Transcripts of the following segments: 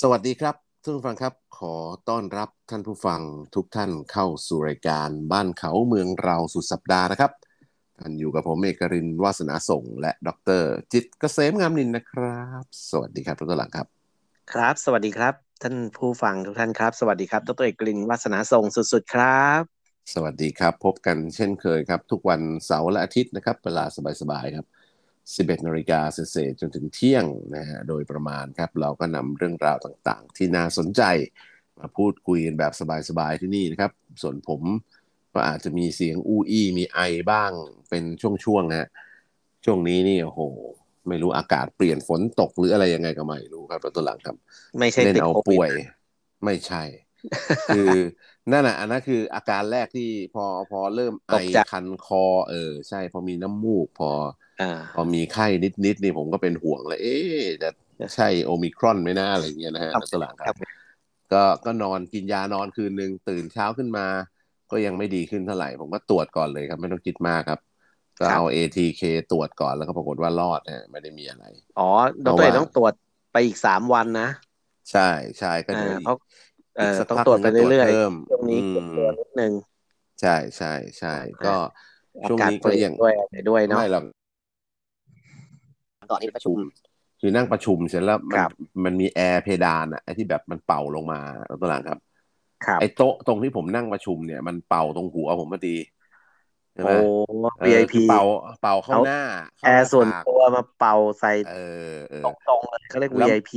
สวัสดีครับท่านผู้ฟังครับ ขอต้อนรับท่านผู้ฟังทุกท่านเข้าสู่รายการบ้านเขาเมืองเราสุดสัปดาห์นะครับท่านอยู่กับผมเอกรินทร์วาสนาส่งฆ์และดรจิตรเกษมงามนินนะครับ สวัสดีครับทุกท่านหลังครับ ครับ สวัสดีครับ ท่านผู้ฟังทุกท่านครับ สวัสดีครับดรเอกกลินวัสนาส่งสุดๆครับ สวัสดีครับ พบกันเช่นเคยครับ ทุกวันเสาร์และอาทิตย์นะครับ เวลาสบายๆครับ 11นาฬิกาเศษๆจนถึงเที่ยงนะฮะโดยประมาณครับ เราก็นำเรื่องราวต่างๆ ที่น่าสนใจ มาพูดคุยกันแบบสบายๆที่นี่นะครับ ส่วนผมก็อาจจะมีเสียงอู้อี้มีไอบ้างเป็นช่วงๆนะฮะช่วงนี้นี่โอ้โห ไม่รู้อากาศเปลี่ยนฝนตกหรืออะไรยังไงก็ไม่รู้ครับตัวหลังครับ ไม่ใช่ เล่น ติด เอา โควิ ป่ว ด ย ไม่ใช่ คือนั่นน่ะอันนั้นคืออาการแรกที่พอพอเริ่มไอ ตกใจ คันคอ เออ ใช่ พอมีน้ำมูก พอ อ่า พอมีไข้นิดนิดๆนี่ผมก็เป็นห่วงเลย เอ๊ะจะใช่โอมิครอนไหมนะอะไรอย่างเงี้ยนะฮะ ครับ ตลาดค ครั รับบ ก็ก็นอนกินยานอนคืนหนึ่งตื่นเช้าขึ้นมา ก็ยังไม่ดีขึ้นเท่าไหร่ ผมก็ตรวจก่อนเลยครับ ไม่ต้องคิดมากครับ ก็เอา ATK ตรวจก่อนแล้วก็ปรากฏว่ารอดนะฮะไม่ได้มีอะไร อ๋อด เพราะ ร ว่า เอกต้องตรวจไปอีกสามวันนะ ใช่ใช่ก็ อ่า เดี๋ยวอีก เพราะเอ่ อีก อ สัก ต้อง พัก ตรวจ ห ไป นึ่งก็ตรวจ เรื่อย เพิ่ม ๆช่วงนี้ อืม เก็บตัวนิดนึง ใช่ใช่ใช่ อ่า ก็ อา ช่วง กาศ นี้ เป ก็ ลี่ย ยั น ง ด้วยอะไรด้วยเนาะ ไม่หรอก ก่อนที่ประชุม คือนั่งประชุมเสร็จแล้วมั คน รับ มันมีแอร์เพดานอะไอ้ที่แบบมันเป่าลงมาแล้วตัวหลังครับ ครับ ไอ้โต๊ะตรงที่ผมนั่งประชุมเนี่ยมันเป่าตรงหัวผมพอดีใช่ไหม โอ้ เออ VIP คือเป่าเป่าเข้าหน้าเข้า แอร์ส่วน หาผาก ตัวมาเป่าใส่ เออเออ ตรงๆเลยเขาเรียก แล้ว VIP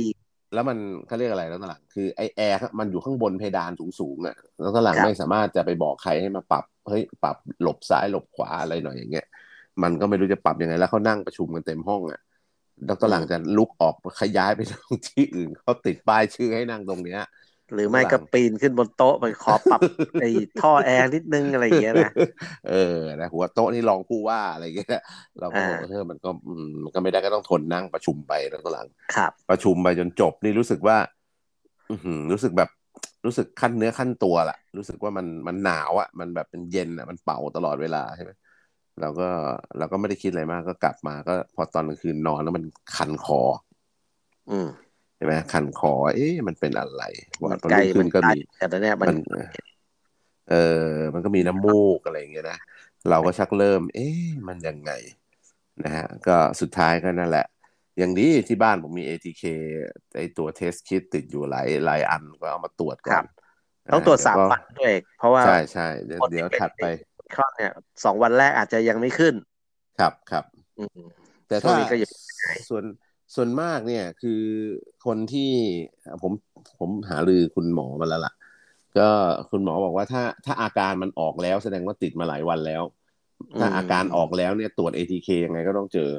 แล้วมันเขาเรียกอะไรแล้วตอนหลังคือไอแอร์มันอยู่ข้างบนเพดานสูงๆอ่ะแล้วตอนหลัง ครับ ไม่สามารถจะไปบอกใครให้มาปรับเฮ้ยปรับหลบซ้ายหลบขวาอะไรหน่อยอย่างเงี้ยมันก็ไม่รู้จะปรับยังไงแล้วเขานั่งประชุมกันเต็มห้องอ่ะแล้วตอนหลังจะลุกออกขย้ายไปตรงที่อื่นเขาติดป้ายชื่อให้นั่งตรงเนี้ย หรือไม่ ครั ก็ บ ปีนขึ้นบนโต๊ะไปขอ ปรับไอ้ท่อแอร์นิดนึงอะไรอย่างเงี้ยนะ เออนะหัวโต๊ะนี่รองผู้ว่าอะไรอย่างเงี้ยเราก็บอก อ่า ว่าเออมันก็อืมมันก็ไม่ได้ก็ต้องทนนั่งประชุมไปแล้วตอนหลัง ครับ ประชุมไปจนจบนี่รู้สึกว่า อื้อหือรู้สึกแบบรู้สึกขั้นเนื้อขั้นตัวล่ะ รู้สึกว่ามันมันหนาวอ่ะมันแบบเป็นเย็นอ่ะมันเป่าตลอดเวลาใช่ไหมเราก็เราก็ไม่ได้คิดอะไรมากก็กลับมาก็พอตอนกลางคืนนอนแล้วมันคันคอ อืม ใช่ไหมคันคอ เอ๊ะมันเป็นอะไรวั มัน นตอน ไกล รุ่งขึ้ มัน นก็ ไกล มี แต่ตอนเนี้ยมัน มันเออมันก็มีน้ำมูกอะไรอย่างเงี้ยนะ เราก็ชักเริ่ม เอ๊ะมันยังไงนะฮะ ก็สุดท้ายก็นั่นแหละ อย่างนี้ที่บ้านผมมี ATK ไอตัวเทสคิดติดอยู่หลายหลายอันก็เอามาตรวจก่อนนะฮะ ต้องตรวจสาม เดี๋ยก็ วันด้วยเอกเพราะว่า ใช่ใช่เดี๋ยว คน เดี๋ ที่ ยว เป็น ถัดไป คลอดเนี่ยสองวันแรกอาจจะยังไม่ขึ้น ครับครับ อืม แต่ ช่ว ถ้าง นี้ก็อย่าไปไหน ส่วนส่วนมากเนี่ยคือคนที่ผมผมหารือคุณหมอมาแล้วล่ะ ก็คุณหมอบอกว่าถ้าถ้าอาการมันออกแล้วแสดงว่าติดมาหลายวันแล้ว อืม ถ้าอาการออกแล้วเนี่ยตรวจ ATK ยังไงก็ต้องเจอ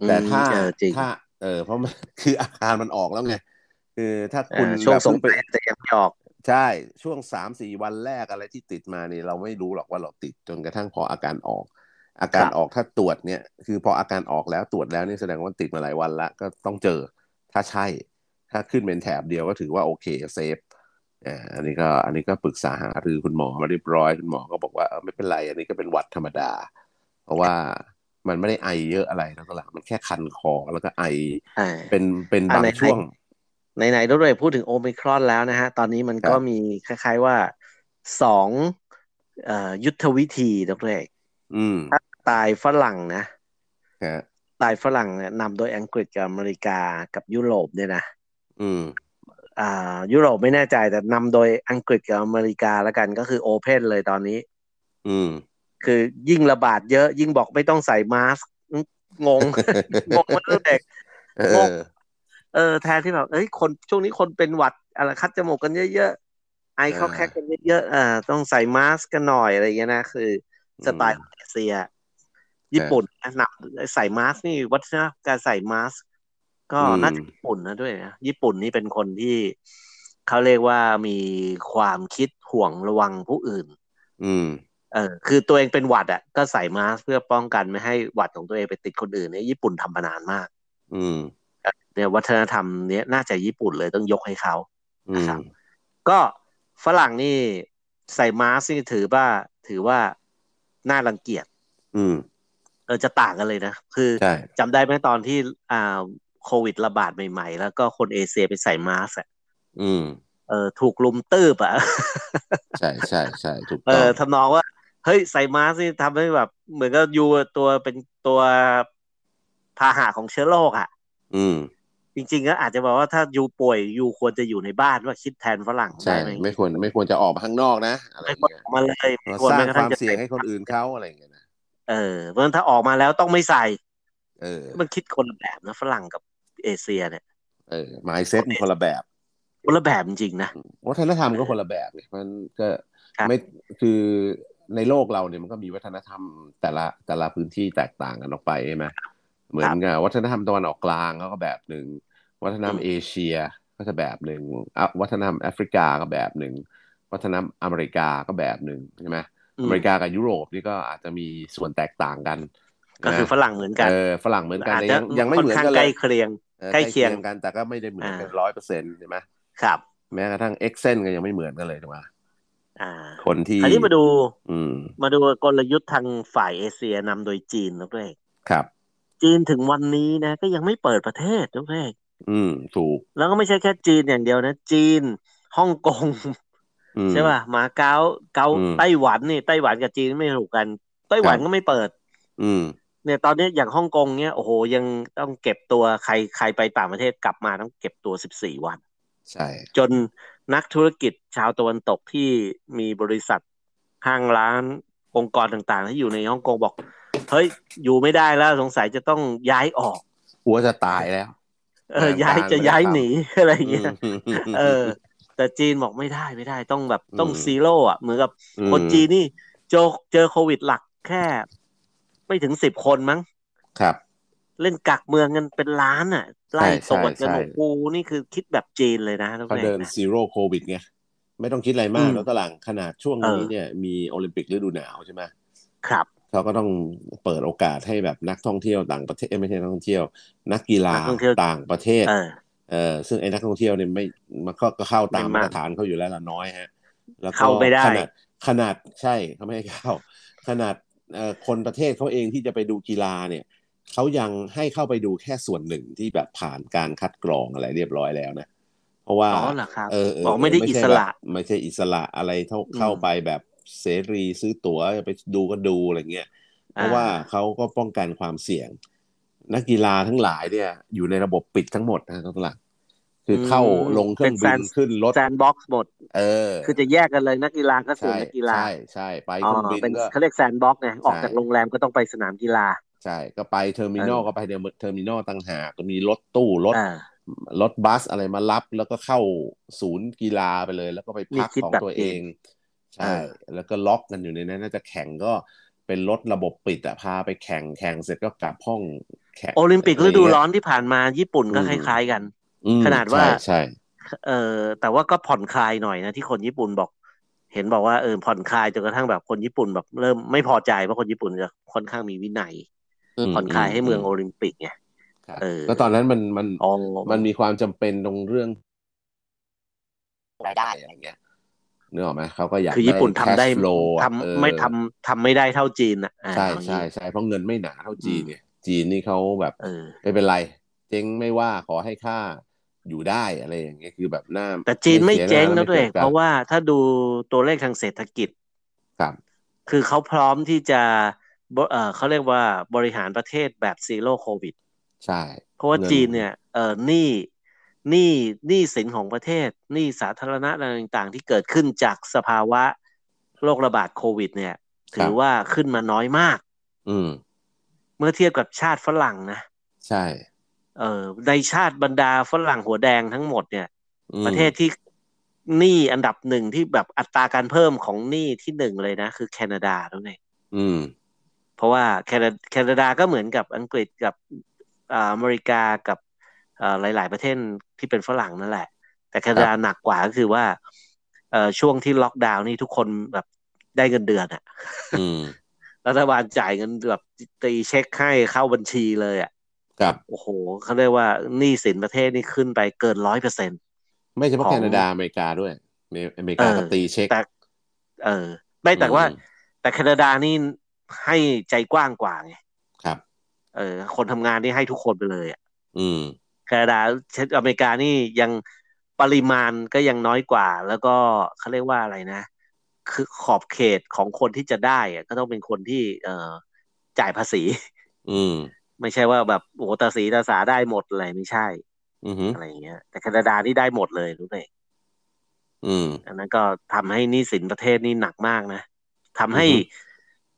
อืม แต่ถ้า เออจริง ถ้า เออเพราะมัน คืออาการมันออกแล้วไงคือถ้า เอ่อ คุณ ช่วง แบบ ส เพิ่ไปงกรานต์แต่ยังไม่ออก ใช่ช่วงสามสี่วันแรกอะไรที่ติดมาเนี่ยเราไม่รู้หรอกว่าเราติดจนกระทั่งพออาการออก อาการ ครับ ออกถ้าตรวจเนี่ยคือพออาการออกแล้วตรวจแล้วเนี่ยแสดงว่าติดมาหลายวันละก็ต้องเจอ ถ้าใช่ ถ้าขึ้นเป็นแถบเดียวก็ถือว่าโอเคเซฟอ่าอันนี้ก็อันนี้ก็ปรึกษาหารือคุณหมอมาเรียบร้อยคุณหมอก็บอกว่าเออไม่เป็นไร อันนี้ก็เป็นหวัดธรรมดา เพราะว่ามันไม่ได้ไอเยอะอะไรนะตอนหลังมันแค่คันคอแล้วก็ไอ อ่า เป็นเป็น อ่ะ บาง ไหน ช่วง ไหนๆดรพูดถึงโอมิครอนแล้วนะฮะ ตอนนี้มัน ครับ ก็มีคล้ายๆว่าสองเอ่อยุทธวิธีดรเอก อืม ถ้าตายฝรั่งนะ ฮะ ตายฝรั่งเนี่ยนำโดยอังกฤษกับอเมริกากับยุโรปเนี่ยนะ อืม อ่ายุโรปไม่แน่ใจแต่นำโดยอังกฤษกับอเมริกาแล้วกันก็คือโอเพนเลยตอนนี้ อืม คือยิ่งระบาดเยอะยิ่งบอกไม่ต้องใส่มาสก์ง ง งงมาตั้งแต่ เอ โมก อ เออแทนที่แบบเอ้ยคนช่วงนี้คนเป็นหวัดอะไรคัดจมูกกันเยอะๆไอ อ่า เข้าแคกกันเยอะๆอ่าต้องใส่มาสก์กันหน่อยอะไรเงี้ยนะคือ สไตล์ของเอเชีย ญี่ปุ่นอันหนักใส่มาสก์นี่วัฒนธรรมการใส่มาสก์ก็ อืม น่าจะญี่ปุ่นนะด้วยนะญี่ปุ่นนี่เป็นคนที่เขาเรียกว่ามีความคิดห่วงระวังผู้อื่น อืม เออคือตัวเองเป็นหวัดอ่ะก็ใส่มาสก์เพื่อป้องกันไม่ให้หวัดของตัวเองไปติดคนอื่นเนี่ยญี่ปุ่นทำมานานมาก อืม เนี่ยวัฒนธรรมเนี้ยน่าจะญี่ปุ่นเลยต้องยกให้เขา อื นะ ม ครับ ก็ฝรั่งนี่ใส่มาสก์นี่ถือว่าถือว่าน่ารังเกียจ อืม เออจะต่างกันเลยนะ คือ ใช่ จำได้ไหมตอนที่อ่าโควิดระบาดใหม่ ๆ แล้วก็คนเอเชียไปใส่มาสก์อะ อืม เออถูกลุมตืบอ่ะ ใช่ใช่ใช่ถูก เอ ต้อง อทำนองว่า เฮ้ยใส่มาสก์นี่ทำให้แบบ เหมือนกับยูตัวเป็นตัวพาหะของเชื้อโรคอ่ะ อืม จริงๆก็อาจจะบอกว่าถ้ายูป่วยยูควรจะอยู่ในบ้านว่าคิดแทนฝรั่ง ใช่ ได้ไหม ไม่ควรไม่ควรจะออกมาข้างนอกนะอะไรอ ไม่ ย่าง ควร เงี้ย ออกมาเลยไม่ เรา ควร สร้าง แม้กระ ค ทั่ วาง ม จะ เสี่ยงให้คนอื่นเขาอะไรอย่างเงี้ยนะ เออเพราะฉะนั้นถ้าออกมาแล้วต้องไม่ใส่ เออ มันคิดคนละแบบนะฝรั่งกับเอเชียเนี่ย เออไมเซ็ตคนละแบบ คนละแบบจริงๆนะ วัฒนธรรมก็คนละแบบเนี่ยมันก็ ครับ ไม่คือในโลกเราเนี่ยมันก็มีวัฒนธรรมแต่ละแต่ละพื้นที่แตกต่างกันออกไปใช่ไหมเหมือนกับวัฒนธรรมตะวันออกกลางเขาก็แบบหนึ่งวัฒนธรรมเอเชียก็จะแบบหนึ่งอ่ะวัฒนธรรมแอฟริกาก็แบบหนึ่งวัฒนธรรมอเมริกาก็แบบหนึ่งใช่ไหม อื อ ม เมริกากับยุโรปนี่ก็อาจจะมีส่วนแตกต่างกัน ก็คือ นะ ฝรั่งเหมือนกัน เออฝรั่งเหมือนกัน อาจ แต่ จะ ยังยังไม่ ค่อ เหมืนอน ข้าง กัน ใก เล ล้ ย เคียง ออ ใกล้เคียง กันแต่ก็ไม่ได้เหมือนกัน อ่า ร้อยเปอร์เซ็นต์ใช่ไหม ครับ แม้กระทั่งเอ็กเซนก็ยังไม่เหมือนกันเลยถูกไหม อ่า คนที่ คราวนี้มาดู อืม มาดูกลยุทธ์ทางฝ่ายเอเชียนำโดยจีนนะเพื่อน ครับ จีนถึงวันนี้นะ ก็ยังไม่เปิดประเทศนะเพื่อน อืมถูก แล้วก็ไม่ใช่แค่จีนอย่างเดียวนะ จีนฮ่องกง อืม ใช่ป่ะมาเก๊าเก๊า อืม ไต้หวันนี่ไต้หวันกับจีนไม่ถูกกัน ไต้หวัคนรับ ก็ไม่เปิด อืม เนี่ยตอนเนี้ยอย่างฮ่องกงเนี่ยโอ้โหยังต้องเก็บตัวใครใครไปต่างประเทศกลับมาต้องเก็บตัว 14 วัน ใช่ จนนักธุรกิจชาวตะวันตกที่มีบริษัทห้างร้านองค์กรต่างๆ ที่อยู่ในฮ่องกงบอก เฮ้ย อยู่ไม่ได้แล้วสงสัยจะต้องย้ายออก หัวจะตายแล้ว เออ ย้า ย้าย ย ตาม จะ ไป ย้าย ตาม หนี อะไรอย่างเงี้ย ม เออ แต่จีนบอกไม่ได้ไม่ได้ต้องแบบ อืม ต้องซีโร่อ่ะ เหมือนกับ ม คนจีนนี่เจอเจอโควิดหลักแค่ ไม่ถึงสิบคนมั้ง ครับ เล่นกักเมืองกันเป็นล้านอ่ะ ไล่ ใช่ ตรวจกัน ใช่ โอ้โหนี่คือคิดแบบจีนเลยนะทุก เขา คน เดิน นะ ซีโร่โควิดไงไม่ต้องคิดอะไรมาก อืม แล้วตลังขนาดช่วง เออ นี้เนี่ยมีโอลิมปิกฤดูหนาวใช่ไหม ครับ เขาก็ต้องเปิดโอกาสให้แบบนักท่องเที่ยวต่างประเทศเอ้ยไม่ใช่นักท่องเที่ยว นักกีฬา นักท่องเที่ยว ต่างประเทศ เออ เออซึ่งไอ้นักท่องเที่ยวเนี่ยไม่มันก็ก็เข้าตามมามไม่าก ตรฐานเขาอยู่แล้วละน้อยฮะ แล้วก็ เข้าไม่ได้ ขนาดขนาดใช่เขาไม่ให้เข้า ขนาดเอ่อคนประเทศเขาเองที่จะไปดูกีฬาเนี่ยเขายังให้เข้าไปดูแค่ส่วนหนึ่งที่แบบผ่านการคัดกรองอะไรเรียบร้อยแล้วนะ เพราะว่า อ๋อเหรอครับ เออเออ บอกไม่ได้อิสระ แบบไม่ใช่อิสระอะไรเท่า อืม เข้าไปแบบเสรีซื้อตั๋วไปดูก็ดูอะไรเงี้ยเพ อ่า ราะว่าเขาก็ป้องกันความเสี่ยง นักกีฬาทั้งหลายเนี่ย อยู่ในระบบปิดทั้งหมดนะทั้งหลักคือเข้าลงเครื่องบินขึ้นรถ แซนบ็อกซ์หมด เออ คือจะแยกกันเลยนักกีฬาก็ส่วน ใช่ นักกีฬา ใช่ใช่ไป อ๋ เครื่องอบิน เป็น ก็ เขาเรียกแซนบ็อกซ์ไงออก ใช่ จากโรงแรมก็ต้องไปสนามกีฬา ใช่ก็ไปเทอร์มินอล เออ ก็ไปเทอร์มินอลต่างหากมีรถตู้รถ อ่า รถบัสอะไรมารับแล้วก็เข้าศูนย์กีฬาไปเลย แล้วก็ไปพัก มีคิด ของ แบบ ตัวเอง เอ ใช่ อ แล้วก็ล็อกกันอยู่ในนั้นน่าจะแข่งก็เป็นรถระบบปิดอะพาไปแข่งแข่งเสร็จก็กลับห้องแข่ง โอลิมปิก ะไย่า ฤ งเงี้ย ดูร้อนที่ผ่านมาญี่ปุ่นก็ อืม คล้าย ๆ กัน อืม ขนาดว่า ใช่ใช่ เออแต่ว่าก็ผ่อนคลายหน่อยนะที่คนญี่ปุ่นบอก เห็นบอกว่าเออผ่อนคลายจนกระทั่งแบบคนญี่ปุ่นแบบเริ่มไม่พอใจเพราะคนญี่ปุ่นจะค่อนข้างมีวินัย ม ผ่อนคลายให้เมืองโอลิมปิกไง ครับ เออ ก็ตอนนั้นมันมัน อ๋อ มันมีความจำเป็นตรงเรื่องรายได้อะไรเงี้ยนึกออกไหมเขาก็อยาก คือญี่ปุ่นทำได้ แคชโฟลว์ ทำ อะเออ ไม่ทำทำไม่ได้เท่าจีนอ่ะอ่า ใช่ เอา ใช่ งี้ ใช่เพราะเงินไม่หนาเท่า อืม จีนเนี่ยจีนนี่เขาแบบ เออ ไม่เป็นไร เจ๊งไม่ว่าขอให้ค่าอยู่ได้อะไรอย่างเงี้ยคือแบบหน้า แต่จีนไม่ สียห เจ๊ง ไม่ นะด้วย เกี่ยวกันเพราะว่าถ้าดูตัวเลขทางเศรษฐกิจ ครับ คือเขาพร้อมที่จะบเออเขาเรียกว่าบริหารประเทศแบบซีโร่โควิด ใช่ เพราะว่า เงิ จีนเนี่ยเออหนี้หนี้หนี้สินของประเทศหนี้สาธารณะอะไรต่างๆ ที่เกิดขึ้นจากสภาวะโรคระบาดโควิด เนี่ย ค ถื รั อบ ว่าขึ้นมาน้อยมาก อืม เมื่อเทียบกับชาติฝรั่งนะ ใช่ เออในชาติบรรดาฝรั่งหัวแดงทั้งหมดเนี่ย อืม ประเทศที่หนี้อันดับหนึ่งที่แบบอัตราการเพิ่มของหนี้ที่หนึ่งเลยนะ คือแคนาดาแล้วเนี่ย อืม เพราะว่าแคนาแคนาดาก็เหมือนกับอังกฤษกับอ่าอเมริกากับอ่าหลาย ๆ ประเทศที่เป็นฝรั่งนั่นแหละ แต่แคนาดาหนักกว่าก็คือว่าเอ่อช่วงที่ล็อกดาวน์นี่ทุกคนแบบได้เงินเดือนอะ อืม รัฐบาลจ่ายเงินแบบตีเช็คให้เข้าบัญชีเลยอะ ครับ โอ้โหเขาเรียกว่าหนี้สินประเทศนี่ขึ้นไปเกินร้อยเปอร์เซ็นต์ ไม่เฉพาะ ของ แคนาดาอเมริกาด้วยอเมอเมเอกริา อ ก็ตีเช็ค แต่ เออ ไม่แต่ อืม ว่า แต่แคนาดานี่ให้ใจกว้างกว่าไง ครับ เออ คนทำงานนี่ให้ทุกคนไปเลยอะ อืม แคนาดาเช่นอเมริกานี่ยัง ปริมาณก็ยังน้อยกว่า แล้วก็เขาเรียกว่าอะไรนะ คือขอบเขตของคนที่จะได้อะก็ต้องเป็นคนที่ เอ่อจ่ายภาษี อืม ไม่ใช่ว่าแบบโอ้โหตาสีตาสาได้หมดอะไรไม่ใช่ อือหือ อะไรอย่างเงี้ย แต่แคนาดานี่ได้หมดเลยรู้ไหม อืม อันนั้นก็ทำให้หนี้สินประเทศนี่หนักมากนะทำให้ อือฮึ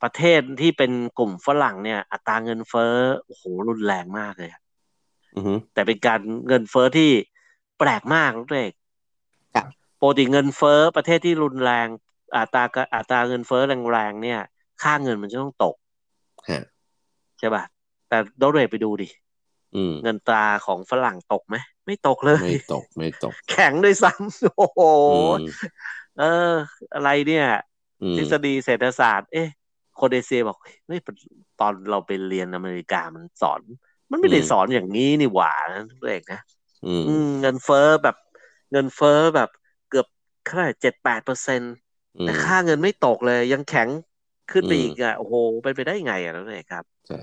ประเทศที่เป็นกลุ่มฝรั่งเนี่ย อัตราเงินเฟ้อโอ้โหรุนแรงมากเลยอะ อือหือ แต่เป็นการเงินเฟ้อที่แปลกมากรู้ไหม ครับ ปกติเงินเฟ้อประเทศที่รุนแรง อัตราอัตราเงินเฟ้อแรงๆเนี่ย ค่าเงินมันจะต้องตก ฮะ ใช่ป่ะแต่โดเรไปดูดิ อืม เงินตราของฝรั่งตกไหม ไม่ตกเลย ไม่ตกไม่ตก แข็งด้วยซ้ำ โอ้โห โอ้ เออ อะไรเนี่ย อืม ทฤษฎีเศรษฐศาสตร์ เอ๊ะ คนเอเชียบอกเฮ้ยเฮ้ยตอนเราไปเรียนอเมริกามันสอน มันไม่ได้สอนอย่างนี้นี่หว่านะทุกเอกนะ อืม อืม เงินเฟ้อแบบ เงินเฟ้อแบบเกือบเท่าไหร่เจ็ดแปดเปอร์เซ็น อื แต่ ม ค่าเงินไม่ตกเลย ยังแข็งขึ้นไป อืม อีกอ่ะ โอ้โห เป็นไปได้ไงอ่ะนั่นเองครับ ใช่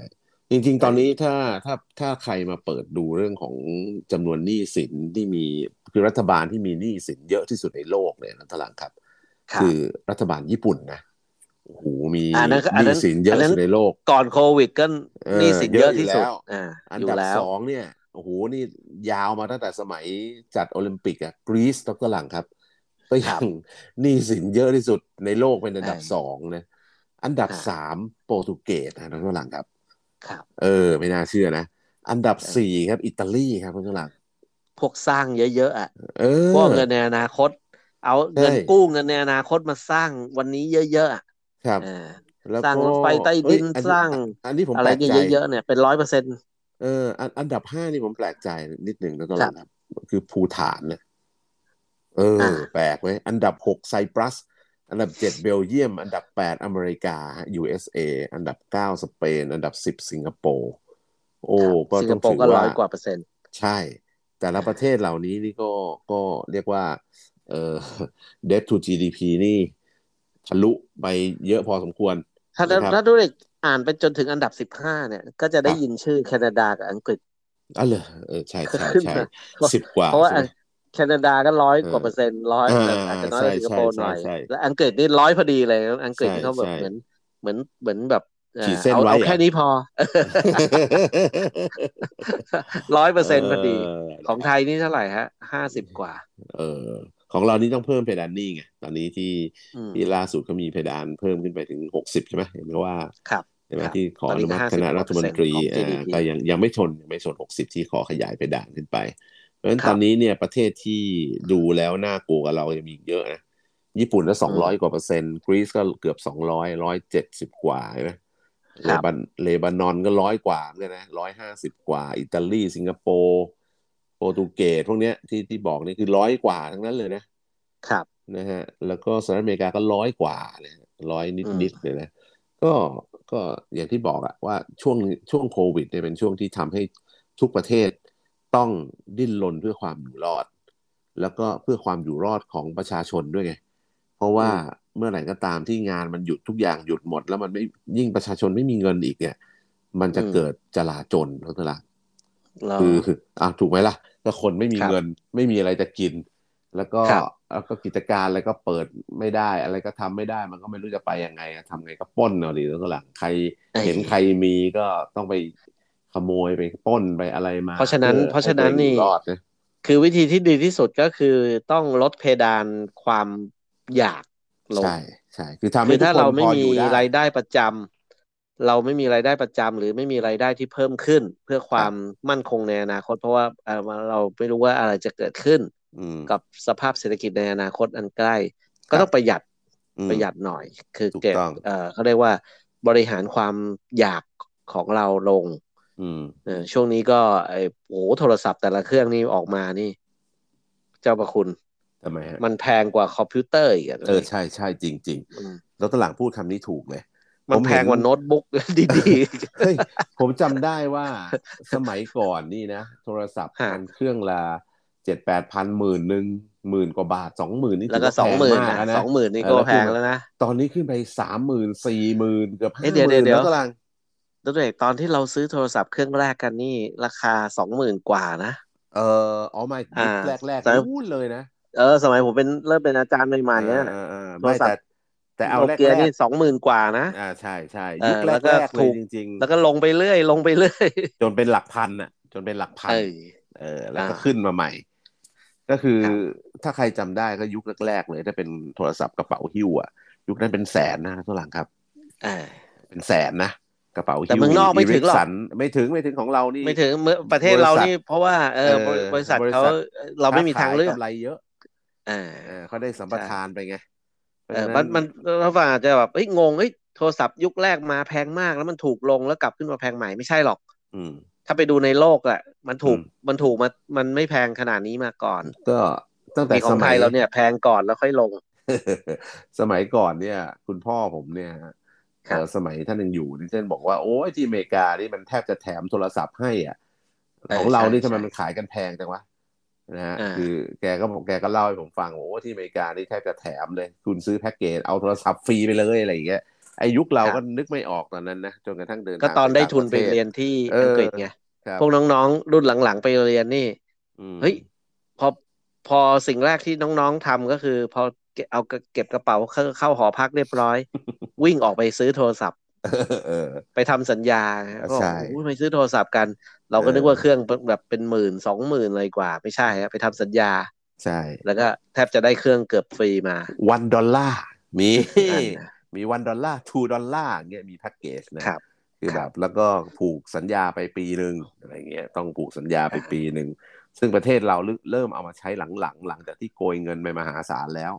จริงๆ ตอนนี้ถ้าถ้าถ้าใครมาเปิดดูเรื่องของจำนวนหนี้สินที่มีคือรัฐบาลที่มีหนี้สินเยอะที่สุดในโลกเนี่ยนะตลางครับ ครับ คือรัฐบาลญี่ปุ่นนะโอ้โหมี อ่านั่นก็ ห อัน นี้ นั้น สินเย อั อะ นนั้น สุดในโลก ก่อนโควิดก็ เออ หนี้สินเยอะที่สุด เยอะอยู่แล้ว อ่า อัน อยู่ ดับ แล้ว สองเนี่ยโอ้โหนี่ยาวมาตั้งแต่สมัยจัดโอลิมปิกอะกรีซดรหลังครับ ก็ ครั ยั บ งหนี้สินเยอะที่สุดในโลกเป็นอันดับ ใช่ สองนะอันดับ อ่า สามโปรตุเกสนะดรหลังครับ ครับ เออ ไม่น่าเชื่อนะ อันดับ เออ สี่ครับ อิตาลีครับคุณจรัง พวกสร้างเยอะๆอ่ะ เอ พวก อ เงินในอนาคต เอา ใช่ เงินกู้เงินในอนาคตมาสร้างวันนี้เยอะๆอ่ะ ครับ เออ แล้ว สร้าง ก็ รถไฟใต้ เอ้ ดิ ย น อัน สร้าง อันนี้ผม อะไร แปลก เนี่ย ใจ เยอะๆเนี่ยเป็นร้อยเปอร์เซ็นต์ เออ อันอันดับห้านี่ผมแปลกใจนิดหนึ่งนะตอน ค ห รั ลั บ งครับ คือภูฐานนะเอ อ่า อ แปลกไว้ยอันดับหกไซปรัส อันดับเจ็ดเบลเยียม อันดับแปดอเมริกา USA อันดับเก้าสเปน อันดับสิบสิงคโปร์โอ้ ครับ ก็ สิงค ต้อง โปร์ ถือ ก็ร้ ว่า อยกว่าเปอร์เซ็นต์ ใช่ แต่ละ อ่า ประเทศเหล่านี้นี่ก็ก็เรียกว่า เอ่อ debt to GDP นี่ทะลุไปเยอะพอสมควร ถ้า นะครับ ถ้าดูเด็กอ่านไปจนถึงอันดับสิบห้าเนี่ย ก็จะ ค ได้ รับ ยินชื่อแคนาดากับอังกฤษ อ๋อเหรอเออใช่ใช่ ขึ้น ใช่ มาเพราะ สิบกว่า เพราะว่า ใช่ไหม แคนาดาก็ร้อย เออก ว่าเปอร์เซ็นต์ร้อย อ่า แต่ อ่า อาจจะ อ่า น้อย ใช่ใช่กว่าสิงคโปร์ห ใช่ น่อย ใช่ และอังกฤษนี่ร้อยพอดีเลย อังกฤ ใช่ ษนี่เขาแบ ใช่ บเหมือนเหมือนเหมือนแบบเอ่ ขีด อ เส้น เอา ไว้ เอา เหร แค่ อ นี้พอ ร้อยเป เอ อร์เซ็นต์พอดี อ ของไทยนี่เท่าไหร่ฮะห้าสิบกว่า เออของเรานี่ต้องเพิ่มเพดานหนี้ไงตอนนี้ที่ อืม ที่ล่าสุดเขามีเพดานเพิ่มขึ้นไปถึงหกสิบใช่ไหมเห็นไหมว่า ครับ ใช่ไหม ครับ ที่ขอ ตอน อ นี้ นุ ก็ มัติ ห้า ค สิบ ณะ ก รัฐว่าเปอ ม ร์ น เซ็น ต ต์ รี ของ อ่า GDP ก็ยังยังไม่ชนยังไม่ชน 60 ที่ขอขยายเพดานขึ้นไป เพราะฉะนั้น ค ตอ รั น บ นี้เนี่ยประเทศที่ดูแล้วน่ากลัวกับเรายังมีอีกเยอะนะญี่ปุ่นก็ส อื อง ม ร้อยกว่าเปอร์เซ็นต์กรีซก็เกือบสองร้อยร้อยเจ็ดสิบกว่าใช่ไหม ค เล รับ บันเลบานอนก็ร้อยกว่าเหมือนกันนะร้อยห้าสิบกว่า อิตาลีสิงคโปร์โปรตุเกสพวกเนี้ยที่ที่บอกนี่คือร้อยกว่าทั้งนั้นเลยนะ ครับ นะฮะแล้วก็สหรัฐอเมริกาก็ร้อยกว่านะฮะร้อย อืม นิดๆเลยนะก็ก็อย่างที่บอกอะว่าช่วงช่วงโควิดเนี่ยเป็นช่วงที่ทำให้ทุกประเทศต้องดิ้นรนเพื่อความอยู่รอด แล้วก็เพื่อความอยู่รอดของประชาชนด้วยไง เพราะ อื ว่าม เมื่อไหร่ก็ตามที่งานมันหยุดทุกอย่างหยุดหมด แล้วมันไม่ยิ่งประชาชนไม่มีเงินอีกเนี่ย มัน อื จะ ม เกิดจลาจลทั้งนั้นละ รอ คืออ่ะถูกไหมล่ะถ้าคนไม่มี ครับ เงินไม่มีอะไรจะกิน แล้วก็ ครับ แล้วก็กิจการอะไรก็เปิดไม่ได้ อะไรก็ทำไม่ได้ มันก็ไม่รู้จะไปยังไงอะทำไงก็ปล้นเอาดิแล้วก็หลังใคร เอ้ย เห็นใครมีก็ต้องไปขโมยไปปล้นไปอะไรมา เพราะฉะนั้ เพื่ น อ เพราะ ให้ ฉะ ตัว นั้ เอน งอยู่ นี่ รอดนะ คือวิธีที่ดีที่สุดก็คือต้องลดเพดานความอยากลง ใช่ใช่คือทำ คือ ให้ทุก ถ้า คน เรา พ ไม่ อ มี อยู่ได้ รายได้ประจำเราไม่มีรายได้ประจำหรือไม่มีรายได้ที่เพิ่มขึ้น เพื่อค คว า รับ มมั่นคงในอนาคต เพราะว่าเอ่อเราไม่รู้ว่าอะไรจะเกิดขึ้น อืม กับสภาพเศรษฐกิจในอนาคตอันใกล้ ค ก็ รับต้องประหยัด อื ป ม ระหยัดหน่อย คือ ถูก เก็บ ต้อง เอ่อเขาเรียกว่าบริหารความอยากของเราลง อืม เออช่วงนี้ก็ไอ้โอ้โหโทรศัพท์แต่ละเครื่องนี่ออกมานี่ เจ้าประคุณ ทำไมฮะ มันแพงกว่าคอมพิวเตอร์อีกอะ เอ เล อย ใช่ใช่จริงจริง อืม แล้วตลางพูดคำนี้ถูกเลย ผ มัน ม แพ เห็ ง น กว่าโน้ตบุ๊ก ดี เฮ้ย ผมจำได้ว่าสมัยก่อนนี่นะ โทรศัพท์ ๆ ฮะ มันเครื่องละเจ็ดแปดพันหมื่นหนึ่งหมื่นกว่าบาทสองหมื่นนี่ถืแล้ว อ ก็ ว่าแพงสองหมื่น มาก อ่ะ อะ ส นะ องหมื่นนี่ เออ ก็ แล้ว แพ ขึ้น ง มา แล้วนะ ตอนนี้ขึ้นไปสามหมื่นสี่หมื่นเกือบ เอ้ย ห้า เดี๋ยว หมื่เดี๋ยวนเดี๋ย แล้ว วตลาง ตัวเองตอนที่เราซื้อโทรศัพท์เครื่องแรกกันนี่ ราคาสองหมื่นกว่านะ เอ เอออ๋อไม่ อ่า แรกแรก แต่ นู่นเลยนะ เออ สมัยผมเป็นเริ่มเป็นอาจารย์ใหม่ๆเนี่ย อ่าอ่า โทร ไม่ ศัพ แต่ ท์ แต่เอาแรก เกีย แร นี่ ก สองหมื่นกว่านะ อ่าใช่ใช่ เออ ยุคแร แล้ ก วก็ แรกเล ถู ย ก จริง แล้วก็ลงไปเรื่อย ลงไปเรื่อย ๆ จนเป็นหลักพันอ่ะ จนเป็นหลักพัน เออ เออแล้วก็ อ่า ขึ้นมาใหม่ ก็คือ ครับ ถ้าใครจำได้ก็ยุคแรกๆเลยถ้าเป็นโทรศัพท์กระเป๋าหิ้วอะยุคนั้นเป็นแสนนะตัวหลังครับ เออ เป็นแสนนะกระเป๋าหิ้ว แต่เมืองนอกไม่ถึงหรอก สันไม่ถึงไม่ถึงของเรานี่ ไม่ถึงเมื่อประเทศเรานี่เพราะว่าเออ เออบ ริษัท บริษั เขา ท เราไม่มีทางเลือก ค้ขยำไรเยอะ เออ เออเขาได้สัมปทานไปไง เออมันมันเราฟังอาจจะแบบเอ้ยงงเอ้ยโทรศัพท์ยุคแรกมาแพงมากแล้วมันถูกลงแล้วกลับขึ้นมาแพงใหม่ไม่ใช่หรอก อืม ถ้าไปดูในโลกอะมันถูก อืม มันถูกมามันไม่แพงขนาดนี้มาก่อน ก็ตั้งแต่ มีข ส องไท มั ย ย เราเนี่ย แพงก่อนแล้วค่อยลง สมัยก่อนเนี่ย คุณพ่อผมเนี่ย ครับ เอ่อสมัยท่านยังอยู่นี่ท่านบอกว่าโอ้ยที่อเมริกานี่มันแทบจะแถมโทรศัพท์ให้อ่ะของเรานี่ทำไมมันขายกันแพงจังวะนะฮะ อ่า คือแกก็บอกแกก็เล่าให้ผมฟังบอกว่าโอ้ที่อเมริกานี่แทบจะแถมเลย คุณซื้อแพ็กเกจเอาโทรศัพท์ฟรีไปเลยอะไรอย่างเงี้ยไอ้ยุคเราก็นึกไม่ออกตอนนั้นนะจนกระทั่งเดินทาง ก็ตอนได้ าง ทุน ระ ไป ทศ เรียนที่ เอออั อังกฤษไง ครับ พวกน้องๆ รุ่นหลังๆไปเรียนนี่ อืม เฮ้ย พอพอสิ่งแรกที่น้องๆทำก็คือ พอเก็บเอาเก็บกระเป๋าเข้าเข้าหอพักเรียบ ร้อย วิ่งออกไปซื้อโทรศัพท์ เออ ไปทำสัญญา อ่า ก็ ใช่ โอ้โหไปซื้อโทรศัพท์กัน เราก็ เออ นึกว่าเครื่องแบบเป็นหมื่นสองหมื่นอะไรกว่า ไม่ใช่ฮะไปทำสัญญา ใช่ แล้วก็แทบจะได้เครื่องเกือบฟรีมา วันดอลลาร์มี นั่นนะ มีวันดอลลาร์ทูดอลลาร์เงี้ยมีแพ็กเกจนะครับ คือ ค แบ รับบ แล้วก็ผูกสัญญาไปปีหนึ่งอะไรเงี้ยต้องผูกสัญญาไปปีหนึ่ง ซึ่งประเทศเราเริ่มเอามาใช้หลังๆ หลังจากที่โกยเงินไปมหาศาลแล้ว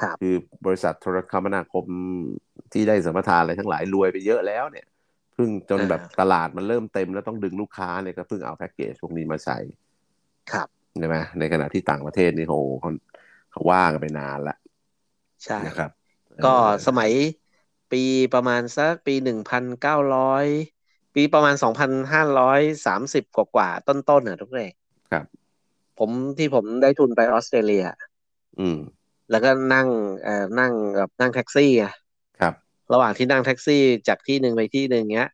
ครับ คือบริษัทโทรคมนาคมที่ได้สัมปทานอะไรทั้งหลายรวยไปเยอะแล้วเนี่ยเพิ่งจนแบบ อ่า ตลาดมันเริ่มเต็มแล้วต้องดึงลูกค้าเนี่ยก็เพิ่งเอาแพ็กเกจพวกนี้มาใช้ ครับ ใช่ไหมในขณะที่ต่างประเทศนี่โหเขาเขาว่างกันไปนานละ ใช่ นะครับ ก็ เออ สมัยปีประมาณสักปีหนึ่งพันเก้าร้อยปีประมาณสองพันห้าร้อยสามสิบกว่ากว่าๆต้นๆน่ะทุกเรศ ครับ ผมที่ผมได้ทุนไปออสเตรเลีย อืม แล้วก็นั่งเอ่อนั่งแบบนั่งแท็กซี่ไง ครับ ระหว่างที่นั่งแท็กซี่จากที่หนึ่งไปที่หนึ่งเงี้ย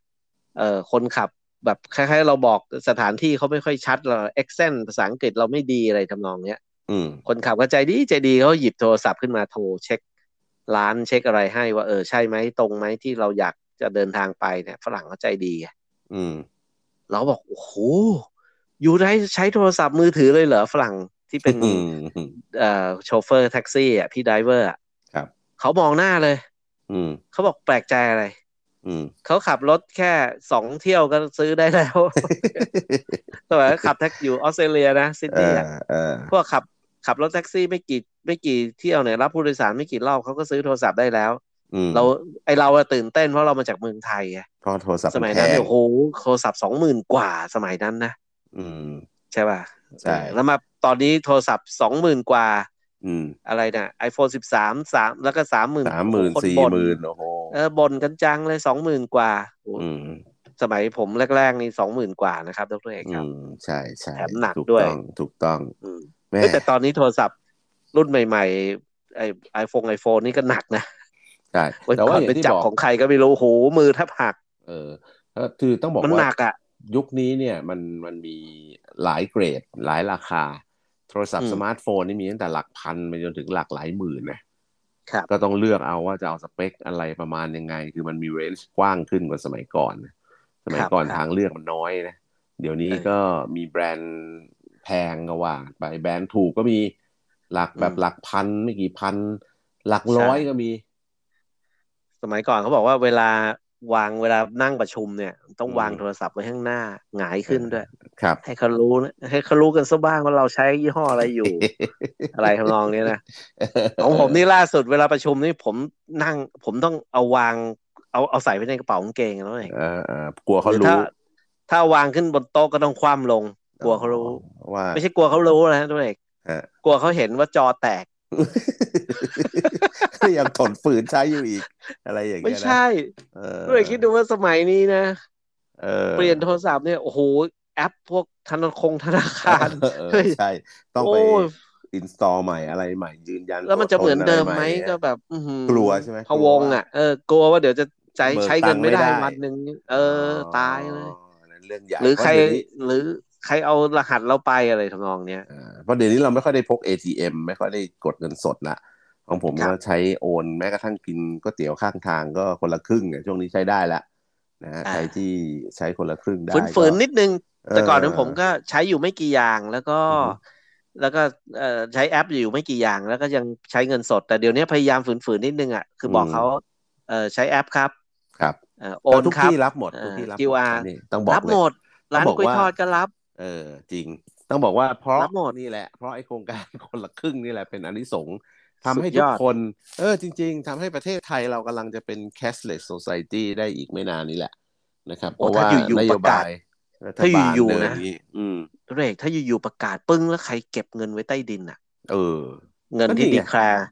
เอ่อ คนขับแบบคล้ายๆเราบอกสถานที่เขาไม่ค่อยชัดเราเอ็กเซนภาษาอังกฤษเราไม่ดีอะไรทำนองเนี้ย อืม คนขับก็ใจดีใจดีเขาหยิบโทรศัพท์ขึ้นมาโทรเช็ค ร้านเช็คอะไรให้ว่าเออใช่ไหมตรงไหมที่เราอยากจะเดินทางไปเนี่ยฝรั่งเขาใจดีไง อืม เราบอกโอ้โหอยู่ได้ใช้โทรศัพท์มือถือเลยเหรอฝรั่งที่เป็น เอ่อโชเฟอร์แท็กซี่อ่ะพี่ไดรเวอร์อ่ะ ครับ เขามองหน้าเลย อืม เขาบอกแปลกใจอะไร อืม เขาขับรถแค่สองเที่ยวก็ซื้อได้แล้ว สมัยขับแท็กอยู่ออสเตรเลียนะซิด เอ นีย์ อ อะ เออ พวกขับขับรถแท็กซี่ไม่กี่ไม่กี่เที่ยวเนี่ยรับผู้โดยสารไม่กี่รอบเขาก็ซื้อโทรศัพท์ได้แล้ว อืม เราไอเราอะตื่นเต้นเพราะเรามาจากเมืองไทยไง เพราะโทรศัพท์ ส มั มันยแพ นั้น ง เนี่ยโอ้โหโทรศัพท์สองหมื่นกว่าสมัยนั้นนะ อืม ใช่ป่ะ ใช่ เออแล้วมาตอนนี้โทรศัพท์สองหมื่นกว่า อืม อะไรนะไอโฟนสิบสามสามแล้วก็สามหมื่น สามหมื่นสี่หมื่นโอ้โห เออบ่นกันจังเลยสองหมื่นกว่าโอ้โห อืม สมัยผมแรกๆนี่สองหมื่นกว่านะครับดรเอก อื ครับ มใช่ใช่ แถมหนัก ถูก ด้วย ต้องถูกต้อง อืม แม่ เอ้ยแต่ตอนนี้โทรศัพท์รุ่นใหม่ๆไอไอโฟนไอโฟนนี่ก็หนักนะ ใช่ วัน แต่ ก่ ว่า อน อย่า ไป งที่ จับบ บอก ของใครก็ไม่รู้โอ้โหมือแทบหัก เออก็คือต้องบอก มันห ว่า นักอ่ะ ยุคนี้เนี่ยมันมันมีหลายเกรดหลายราคา โทรศัพ อื ท์ ม สมาร์ทโฟนนี่มีตั้งแต่หลักพันไปจนถึงหลักหลายหมื่นนะครับ ก็ต้องเลือกเอาว่าจะเอาสเปคอะไรประมาณยังไง คือมันมีเรนจ์กว้างขึ้นกว่าสมัยก่อนนะสมัยก่อน ครับ ทางเลือกมันน้อยนะเดี๋ยวนี้ เออ ก็มีแบรนด์แพงก็ว่าไปแบรนด์ถูกก็มีหลักแบบ อืม หลักพันไม่กี่พัน หลัก ใช่ ร้อยก็มี สมัยก่อนเขาบอกว่าเวลาวางเวลานั่งประชุมเนี่ย ต้อง อืม วางโทรศัพท์ไว้ข้างหน้าหงายขึ้นด้วย ครับ ให้เขารู้นะให้เขารู้กันซะบ้างว่าเราใช้ยี่ห้ออะไร อยู่ อะไรทำนองเนี้ยนะ ของผมนี่ล่าสุดเวลาประชุมนี่ผมนั่ง ผมต้องเอาวางเอาเอาใส่ไว้ในกระเป๋ากางเกงแล้วเอง เออเออกลัวเขา หรือ รู้ ถ้าถ้าวางขึ้นบนโต๊ะก็ต้องคว่ำลง กลัวเขารู้ ว่า ไม่ใช่กลัวเขารู้นะทุกเอก ฮะ กลัวเขาเห็นว่าจอแตก ก็ ยังทนฝืนใช้อยู่อีก อะไรอย่าง ไม่ เงี้ยนะ ใช่ เออ ทุกเอกคิดดูว่าสมัยนี้นะ เออ เปลี่ยนโทรศัพท์เนี่ยโอ้โหแอปพวกธนาคงธนาคาร เออ เฮ้ย ใช่ ต้องไป โอ้ย อินสตอลใหม่อะไรใหม่ยืนยัน แล้วมันจะ ตัวต เหมือนเดิม ะร ไหม ใ ก็แบบ อื้อหือก ลัวใช่ไหม พะวงอ่ะเออกลัวว่าเดี๋ยวจะใช้ เบิก ใช้เงินไม่ ตั ได้ ค์ วันหนึ่งเออตายเลย อ๋ออันนั้นเรื่องใหญ่ หรือใคร เพาะเดี๋ยวนี้ หรือ ใครเอารหัสเราไปอะไรทำนองเนี้ย อ่าเพราะเดี๋ยวนี้เราไม่ค่อยได้พก ATM ไม่ค่อยได้กดเงินสดละของผม ครั ก็ บ ใช้โอนแม้กระทั่งกินก๋วยเตี๋ยวข้างทางก็คนละครึ่งอะช่วงนี้ใช้ได้ละนะฮะใครที่ใช้คนละครึ่งได้ ฝืน ก็ ฝืนๆนิดนึง แต่ก่อนนั้ เ นผมก็ใช้อยู่ไม่กี่อย่างแล้วก็ อือฮึ แล้วก็เอ่อใช้แอปอยู่ไม่กี่อย่าง แล้วก็ยังใช้เงินสด แต่เดี๋ยวนี้พยายามฝืนๆนิดนึงอ่ะคือบอกเขาเอ่อใช้แอปครับ ครับ เอ่อโอน แต่ทุก ครั ที่ บ รับหมด เอ่อ ทุกที่รับหมด QR อันนี้ต้องบอก รับ เลย หมด ร้าต้อนงบอก กล้วย ว่า ทอดก็รับ เออจริง ต้องบอกว่าเพราะ รับหมด นี่แหละ เพราะไอโครงการ คนละครึ่งนี่แหละเป็นอานิสงส์ทำให้ สุทุดย ก อด คน เออจริง ๆทำให้ประเทศไทยเรากำลังจะเป็น cashless society ได้อีกไม่นานนี้แหละนะครับ เพ โอ้ ราะว่า ถ้าอยู่ๆ นโยบายรัฐ ถ้า บาล อยู่ๆ เดิม นะ นี้อืม เรกถ้าอยู่ๆประกาศปึ้งแล้วใครเก็บเงินไว้ใต้ดินอ่ะ เออ เงิน ก็นี่ ที่ ไง ดีแคลร์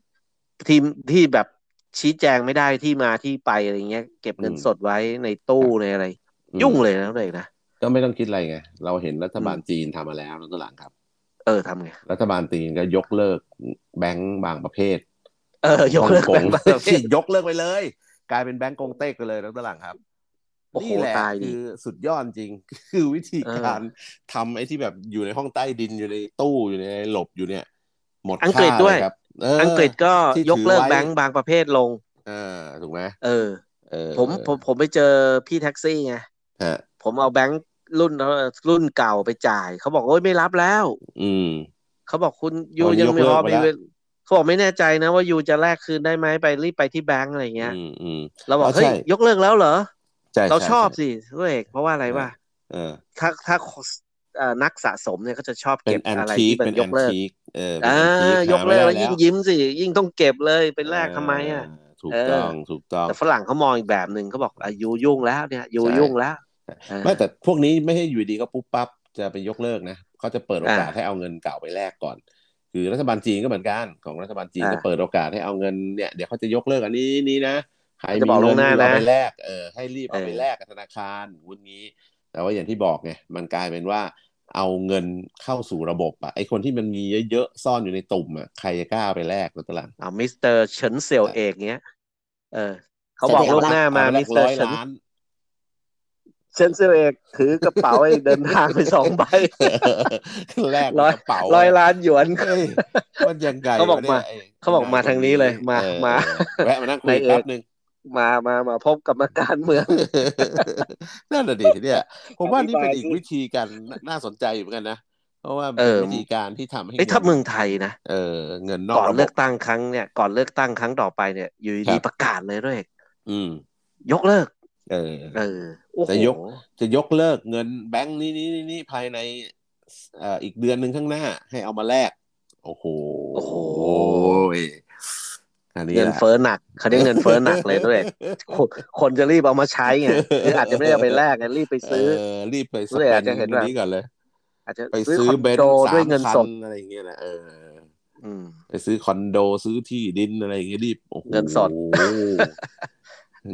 ที่ที่แบบชี้แจงไม่ได้ที่มาที่ไปอะไรเงี้ย เก็บเงิน อืม สดไว้ในตู้ ครับ ในอะไร อืม ยุ่งเลยนะเรกนะ ก็ไม่ต้องคิดอะไรไง เราเห็นรัฐบาล อืม จีนทำมาแล้วตอนหลังครับ เออทำไง รัฐบาลจีนก็ยกเลิกแบงก์บางประเภท เออยกเลิก ฮ่ แบ อง ค์บางประเภท ยกเลิกไปเลย กลายเป็นแบงก์กงเต็กไปเลยตอนหลังครับ โอ้โห นี่แหละ ตายดิ คือสุดยอดจริง คือวิธี เออ การทำไอ้ที่แบบอยู่ในห้องใต้ดินอยู่ในตู้อยู่ในหลบอยู่เนี่ย หมด อังก ค่า ฤษเลด้วย ยครับ เออ อังกฤษก็ ที่ ยก ถือ เลิก ไว้ แบงค์บางประเภทลง เออถูกไหม เออ เออ ผมผมผมไปเจอพี่แท็กซี่ไง ฮะ ผมเอาแบงค์รุ่นรุ่นเก่าไปจ่าย เขาบอกโอ้ยไม่รับแล้ว อืม เขาบอกคุณ อ๋ ยู อ ยัง ยก ไม่ เลิ พ ก อ ไป มี แล้ว เวลเขาบอกไม่แน่ใจนะว่ายูจะแลกคืนได้ไหมไปรีบไปที่แบงค์อะไรเงี้ย อืมอืม เราบอก อ๋อ เฮ้ ใช่ ยยกเลิกแล้วเหรอ ใช่ เรา ใช่ ชอบ ใช่ สิเว้ยเพราะว่าอะไรว่า เออ ถ้าถ้าเอ่อนักสะสมเนี่ยเขาจะชอบ เป็ เก็ น บ แอน อะไร ที ที่ ค มัน เป็น ย แอก น เลิก ทีคเออเป็น อ่า แอนทีค ย หาก ไม่ เลิได้กแล้ว แล้ ยิ่ ว งยิ้มสิ ยิ่งต้องเก็บเลยไปแลกทำไมอ่ะ เถูก เออ ต้องถูกต้อง แต่ฝรั่งเขามองอีกแบบหนึ่งเขาบอกอายุยุ่งแล้วเนี่ยยู ใช่ ยุ่งแล้วเออ ไม่แต่พวกนี้ไม่ให้อยู่ดีก็ปุ๊บปั๊บจะไปยกเลิกนะเขาจะเปิดโอกาส อ่า ให้เอาเงินเก่าไปแลกก่อน คือรัฐบาลจีนก็เหมือนกันของรัฐบาลจีน อ่า จะเปิดโอกาสให้เอาเงินเนี่ยเดี๋ยวเขาจะยกเลิกอันนี้นี่นะใคร เขาจะ มี บอกล่ เงิ วง น หน้า คุณเอา นะ ไปแลกเออให้รีบ เอ เอาไป อ แลกกับธนาคารวุ้นงี้ แต่ว่าอย่างที่บอกไงมันกลายเป็นว่า เอาเงินเข้าสู่ระบบอะไอคนที่มันมีเยอะๆซ่อนอยู่ในตุ่มอะใครจะกล้าเอาไปแลกหรือตลาด เอามิสเตอร์เฉินเสี่ยวเอกเนี้ยเออเขา ฉันบอก จะเอา ล่วง มาแลหน้าก มา เอามาแล มิ ก สเตอร์ ร้อย เฉิน ล้าน เฉินเสี่ยวเอกถือกระเป๋าไอ้เดินทางไปสองใบ แลกเป็นร้อย กระเป๋า ร้อย เลย ล้านหยวน เฮ้ย มันยังไง เขาบอก วะเนี่ มาย ไอ้ เขาบอก นย มาทางนี้เลยมา เออ มา เออแวะมานั่งคุ นาย ยเอ แป๊บ ก หนึ่ง มามามาพบกรรมการเมือง นั่นแหะดิเนี่ย ผม อ ว่า ธิ นี่ บา เป็ ย นอีก สิ วิธีการน่าน่าสนใจอยู่เหมือนกันนะ เพราะว่ามัน เอ เป็น อ วิธีการที่ทำให้ ไอ้ย เงิ ถ้าน เมืองไทยนะ เออเงินนอก ก่อน ระบ เลือบ กตั้งครั้งเนี่ยก่อนเลือกตั้งครั้งต่อไปเนี่ย อยู่ ครัดีบ ๆประกาศเลยด้วย อืม ยกเลิก เออ เออ โอ้ จะ โห ยกจะยกเลิกเงินแบงค์นี้นี้นี้นี้ภายในเอ่ออีกเดือนหนึ่งข้างหน้า ให้เอามาแลกโอ้โห โอ้โห อันนี้ เงิ แห น ละ เฟ้อหนักเขาเรียกเงินเฟ้อหนักเลยด้วยคนคนจะรีบเอามาใช้ไงคืออาจจะไม่ได้เอาไปแลกไงรีบไป เอ ซื้อ อ รีบไปส ด้วย เป อาจ น จะเห็น อัน ว่า นี้ก่อนเลย อาจจะ ไป ซื้ซื้อค อ อน เบน โด ซ์สาด้วย ม เงิน คั ส น ด อะไรอย่างเงี้ยนะเออ อืม ไปซื้อคอนโดซื้อที่ดินอะไรอย่างเงี้ยรีบ โอ้โห เงินสด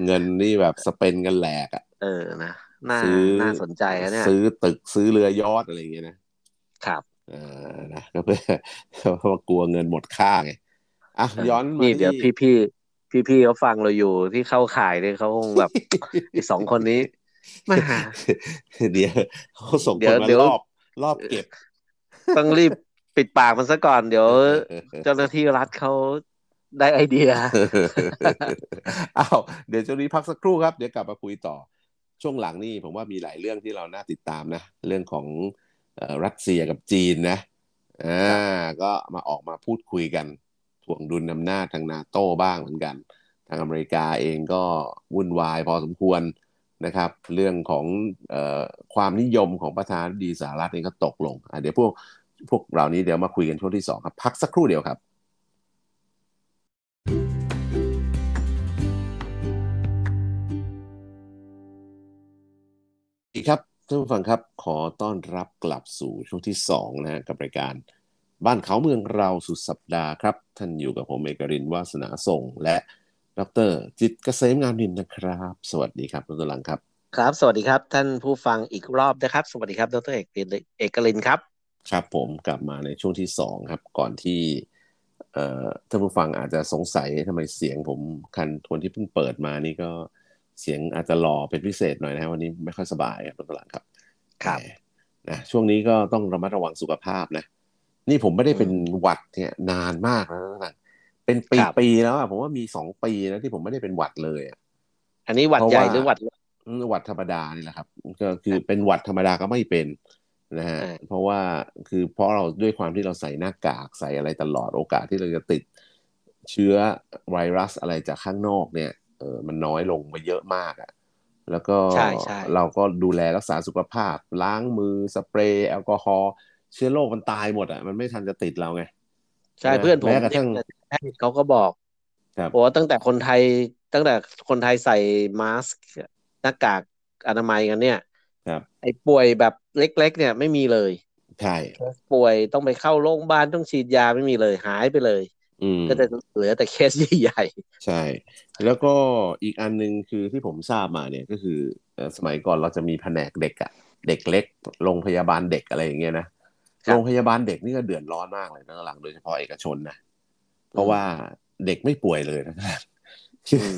เงินนี่แบบสเปนกันแหลกอ่ะ เออนะน่า ซื้อ น่าสนใจนะเนี่ย ซื้อตึกซื้อเรือยอทอะไรอย่างเงี้ยนะครับ เออนะก็เพื่อเพราะว่ากลัวเงินหมดค่าไงอ่ะ เออ ย้อนมา นี่เดี๋ยว ที่ พี่พี่พี่พี่ๆเขาฟังเราอยู่ที่เข้าข่ายเนี่ยเขาคงแบบ ไอ้สองคนนี้มา เดี๋ยว เขาส่งค เดี๋ย น ว มา เดี๋ย ร ว อบรอบเก็บ ต้องรีบปิดปากมันซะก่อนเดี๋ยว เจ้าหน้าที่รัฐเขาได้ไอเดีย อ้าวเดี๋ยวช่วงนี้พักสักครู่ครับ เดี๋ยวกลับมาคุยต่อ ช่วงหลังนี่ผมว่ามีหลายเรื่องที่เราน่าติดตามนะ เรื่องของเอ่อรัสเซียกับจีนนะอ่า ครับ ก็มาออกมาพูดคุยกันทวงดุลอำนาจทางนาโต้บ้างเหมือนกัน ทางอเมริกาเองก็วุ่นวายพอสมควรนะครับ เรื่องของเออความนิยมของประธานาธิบดีสหรัฐเองก็ตกลงอ่ะเดี๋ยวพวกพวกเหล่านี้เดี๋ยวมาคุยกันช่วงที่สองครับ พักสักครู่เดียวครับ สวัสดีครับท่านผู้ฟังครับขอต้อนรับกลับสู่ช่วงที่2นะฮะกับรายการบ้านเขาเมืองเราสุดสัปดาห์ครับ ท่านอยู่กับผมเอกรินทร์วาสนาส่ง และดรจิตรเกษมงามนินนะครับ สวัสดีครับดรหลังครับ ครับ สวัสดีครับ ท่านผู้ฟังอีกรอบนะครับ สวัสดีครับดรเอกลินเอกลินครับ ครับผมกลับมาในช่วงที่สองครับ ก่อนที่เอ่อท่านผู้ฟังอาจจะสงสัยทำไมเสียงผมคันทวนที่เพิ่งเปิดมานี่ก็เสียงอาจจะหล่อเป็นพิเศษหน่อยนะฮะวันนี้ไม่ค่อยสบายครับตอนหลังครับ ครับ แหม นะช่วงนี้ก็ต้องระมัดระวังสุขภาพนะ นี่ผมไม่ได้เป็นหวัดเนี่ยนานมากแล้วนะเป็นปี ครับ ปีแล้วอะผมว่ามีสองปีแล้วที่ผมไม่ได้เป็นหวัดเลยอะ อันนี้หวัด เพราะ ใหญ่ ว่า หรือหวัด อืมหวัดธรรมดานี่แหละครับ ก็คือเป็นหวัดธรรมดาก็ไม่เป็นนะฮะ อ่า เพราะว่าคือเพราะเราด้วยความที่เราใส่หน้ากากใส่อะไรตลอดโอกาสที่เราจะติดเชื้อไวรัสอะไรจากข้างนอกเนี่ยเออมันน้อยลงไปเยอะมากอะ่ะแล้วก็ ใช่ใช่ เราก็ดูแลรักษาสุขภาพ ล้างมือสเปรย์แอลกอฮอล์เชื้อโรคมันตายหมดอะ่ะมันไม่ทันจะติดเราไง ใช่เพื่อนผม แม้กระทั่ง เนี่ยแพทย์เขาก็บอก ครับ บอกว่าตั้งแต่คนไทยตั้งแต่คนไทยใส่มาสก์หน้ากากอนามัยกันเนี่ย ครับ ไอ้ป่วยแบบเล็ก ๆ เนี่ยไม่มีเลย ใช่ ป่วยต้องไปเข้าโรงพยาบาลต้องฉีดยาไม่มีเลยหายไปเลย อืม ก็จะเหลือแต่เคสใหญ่ ใช่ แล้วก็อีกอันหนึงคือที่ผมทราบมาเนี่ยก็คือเอ่อสมัยก่อนเราจะมีแผนกเด็กอะเด็กเล็กโรงพยาบาลเด็กอะไรอย่างเงี้ยนะโรงพยาบาลเด็กนี่ก็เดือดร้อนมากเลยนะหลังๆโดยเฉพาะเอกชนนะเพราะว่าเด็กไม่ป่วยเลย นะครับคือ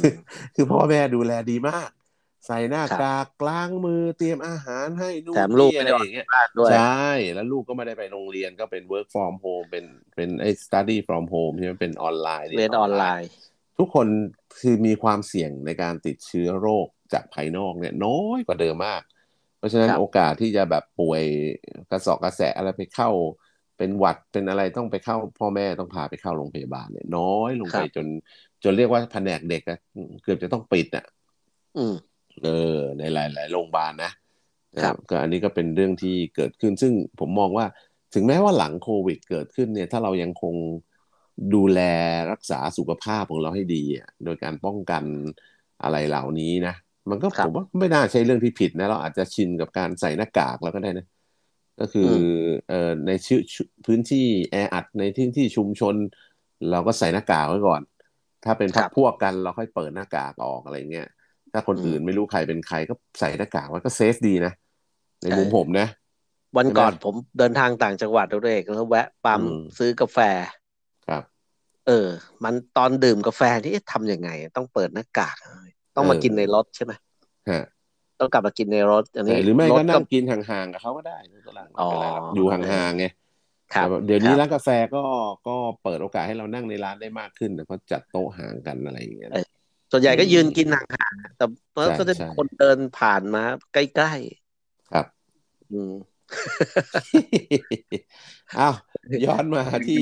คือพ่อแม่ดูแลดีมาก ใส่หน้ากากล้างมือเตรียมอาหารให้ ๆ นู่น แถมลูก นี่ ไม่ได้ออะไรอ อก ย่างเงี้ย จากบ้านด้วย ใช่ แล้วลูกก็ไม่ได้ไปโรงเรียนก็เป็น work from home เป็นเป็นไอ้ study from home ใช่ไหมเป็นออนไลน์ เรียนออนไลน์ ทุกคนคือมีความเสี่ยงในการติดเชื้อโรคจากภายนอกเนี่ยน้อยกว่าเดิมมาก เพราะฉะนั้น ครับ โอกาสที่จะแบบป่วยกระสอบกระแสะอะไรไปเข้า เป็นหวัดเป็นอะไรต้องไปเข้า พ่อแม่ต้องพาไปเข้าโรงพยาบาลเนี่ยน้อยลงไปจน จนเรียกว่าแผนกเด็กอะเกือบจะต้องปิดอ่ะ อืม เออในหลายหลายๆโรงพยาบาลนะ ครั นะ บ ก็อันนี้ก็เป็นเรื่องที่เกิดขึ้น ซึ่งผมมองว่าถึงแม้ว่าหลังโควิดเกิดขึ้นเนี่ย ถ้าเรายังคงดูแลรักษาสุขภาพของเราให้ดีอะโดยการป้องกันอะไรเหล่านี้นะ มันก็ผมว่าไม่น่าใช่เรื่องที่ผิดนะ เราอาจจะชินกับการใส่หน้ากากแล้วก็ได้นะ ก็คืออเอ่อในชื่อพื้นที่แออัดในที่ที่ชุมชน เราก็ใส่หน้ากากไว้ก่อน ถ้าเป็น ครั พัก บ พวกกันเราค่อยเปิดหน้ากากออกอะไรเงี้ย ถ้าคน อืม อื่นไม่รู้ใครเป็นใครก็ใส่หน้ากากไว้ก็เซฟดีนะ ใน ใช่ มุมผมนะ วันก่อน ใช่ไหม ผมเดินทางต่างจังหวัดด้วยตัวเองแล้วแวะปั๊ม อืม ซื้อกาแฟ ครับ เออ มันตอนดื่มกาแฟที่เอ๊ะทำยังไง ต้องเปิดหน้ากากต้องมา เออ กินในรถใช่ไหม ฮะ ต้องกลับมากินในรถ อันนี้ หรือไม่ รถก็นั่งกินห่างๆกับเขาก็ได้ไม่เป็นไร อ๋อ ไม่เป็นไรหรอกอยู่ห่างๆไง ครับ แต่ว่าเดี๋ยวนี้ ครับ ร้านกาแฟก็ก็เปิดโอกาสให้เรานั่งในร้านได้มากขึ้นแต่ก็จัดโต๊ะห่างกันอะไรอย่างเงี้ยนะ ส่วนใหญ่ก็ยืน อืม กินห่างๆแต่ ใช่ ก็จะ ใช่ คนเดินผ่านมาใกล้ ครับ ๆอืม อ้าว ย้อนมาที่